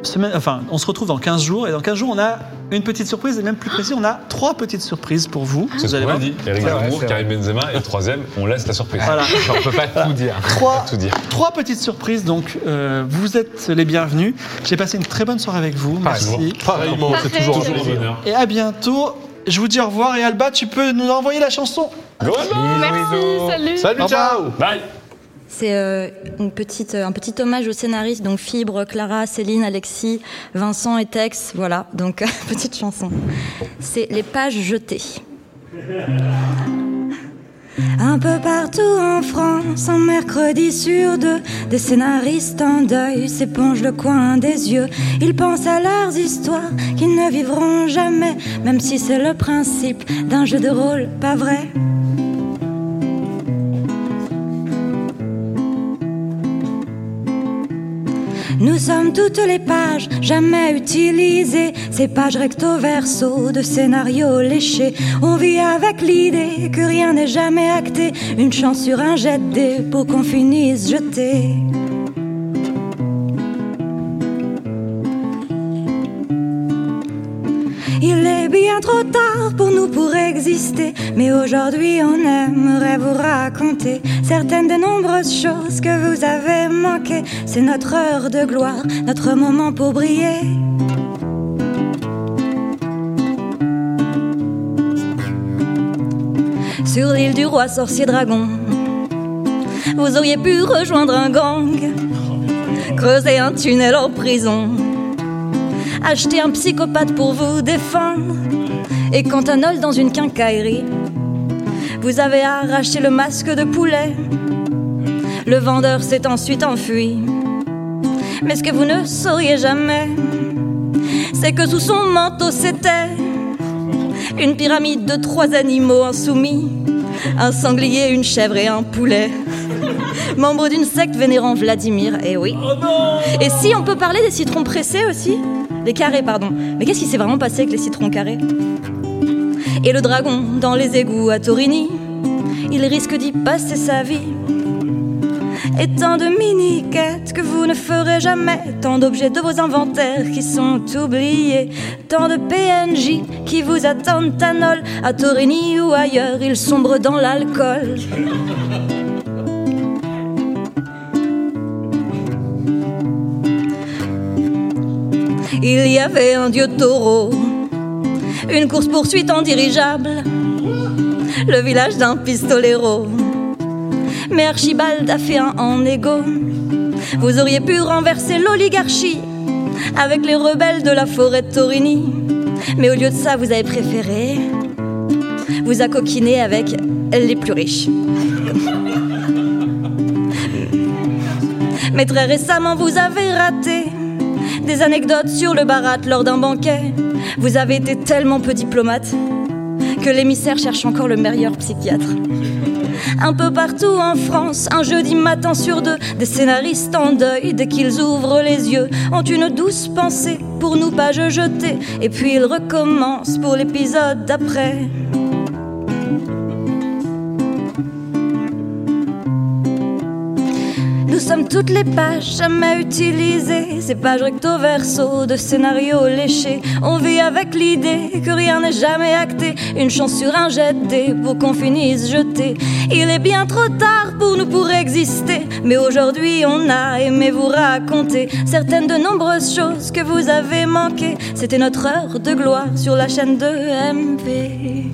[SPEAKER 3] semaine, enfin, on se retrouve dans 15 jours et dans 15 jours on a une petite surprise et même plus précis, on a trois petites surprises pour vous.
[SPEAKER 5] C'est
[SPEAKER 3] Vous
[SPEAKER 5] ce
[SPEAKER 3] allez
[SPEAKER 5] qu'on a
[SPEAKER 3] voir.
[SPEAKER 5] dit. Eric
[SPEAKER 6] C'est vrai,
[SPEAKER 5] Zemmour,
[SPEAKER 6] c'est
[SPEAKER 5] Karim Benzema, et le troisième, on laisse la surprise.
[SPEAKER 3] Voilà.
[SPEAKER 6] Genre, on peut pas tout dire.
[SPEAKER 3] Trois,
[SPEAKER 5] Tout dire.
[SPEAKER 3] trois petites surprises, donc euh, vous êtes les bienvenus. J'ai passé une très bonne soirée avec vous. Merci.
[SPEAKER 2] Pareillement, c'est
[SPEAKER 4] Parfait.
[SPEAKER 2] toujours un
[SPEAKER 5] Toujours un
[SPEAKER 2] plaisir.
[SPEAKER 5] bonheur.
[SPEAKER 3] Et à bientôt. Je vous dis au revoir et Alba, tu peux nous envoyer la chanson
[SPEAKER 4] Merci, salut.
[SPEAKER 2] Salut, ciao
[SPEAKER 5] Bye
[SPEAKER 7] C'est euh, une petite, euh, un petit hommage aux scénaristes, donc Fibre, Clara, Céline, Alexis, Vincent et Tex, voilà, donc petite chanson. C'est Les pages jetées. Un peu partout en France, un mercredi sur deux, des scénaristes en deuil s'épongent le coin des yeux. Ils pensent à leurs histoires qu'ils ne vivront jamais, même si c'est le principe d'un jeu de rôle, pas vrai? Nous sommes toutes les pages jamais utilisées, ces pages recto verso de scénarios léchés. On vit avec l'idée que rien n'est jamais acté, une chance sur un jet de dés pour qu'on finisse jeté. Il est bien trop tard pour nous pour exister, mais aujourd'hui on aimerait vous raconter certaines des nombreuses choses que vous avez manquées. C'est notre heure de gloire, notre moment pour briller. Sur l'île du roi sorcier dragon, vous auriez pu rejoindre un gang, creuser un tunnel en prison acheter un psychopathe pour vous défendre. Et quand un ol dans une quincaillerie, vous avez arraché le masque de poulet. Le vendeur s'est ensuite enfui. Mais ce que vous ne sauriez jamais, c'est que sous son manteau c'était une pyramide de trois animaux insoumis, un sanglier, une chèvre et un poulet. Membre d'une secte vénérant Vladimir, eh oui. Et si on peut parler des citrons pressés aussi Des carrés, pardon. Mais qu'est-ce qui s'est vraiment passé avec les citrons carrés Et le dragon dans les égouts à Torini, il risque d'y passer sa vie. Et tant de mini-quêtes que vous ne ferez jamais, tant d'objets de vos inventaires qui sont oubliés, tant de PNJ qui vous attendent à Nol, à Torini ou ailleurs, ils sombrent dans l'alcool. Il y avait un dieu taureau, une course-poursuite en dirigeable, le village d'un pistolero, mais Archibald a fait un en égo. Vous auriez pu renverser l'oligarchie avec les rebelles de la forêt de Torini, mais au lieu de ça, vous avez préféré vous accoquiner avec les plus riches. Mais très récemment, vous avez raté des anecdotes sur le barat lors d'un banquet. Vous avez été tellement peu diplomate que l'émissaire cherche encore le meilleur psychiatre. Un peu partout en France, un jeudi matin sur deux, des scénaristes en deuil, dès qu'ils ouvrent les yeux, ont une douce pensée pour nous pas jeter, et puis ils recommencent pour l'épisode d'après. Nous sommes toutes les pages jamais utilisées, ces pages recto verso de scénarios léchés. On vit avec l'idée que rien n'est jamais acté, une chance sur un jet de dés pour qu'on finisse jeté. Il est bien trop tard pour nous pour exister, mais aujourd'hui on a aimé vous raconter certaines de nombreuses choses que vous avez manquées. C'était notre heure de gloire sur la chaîne de MP.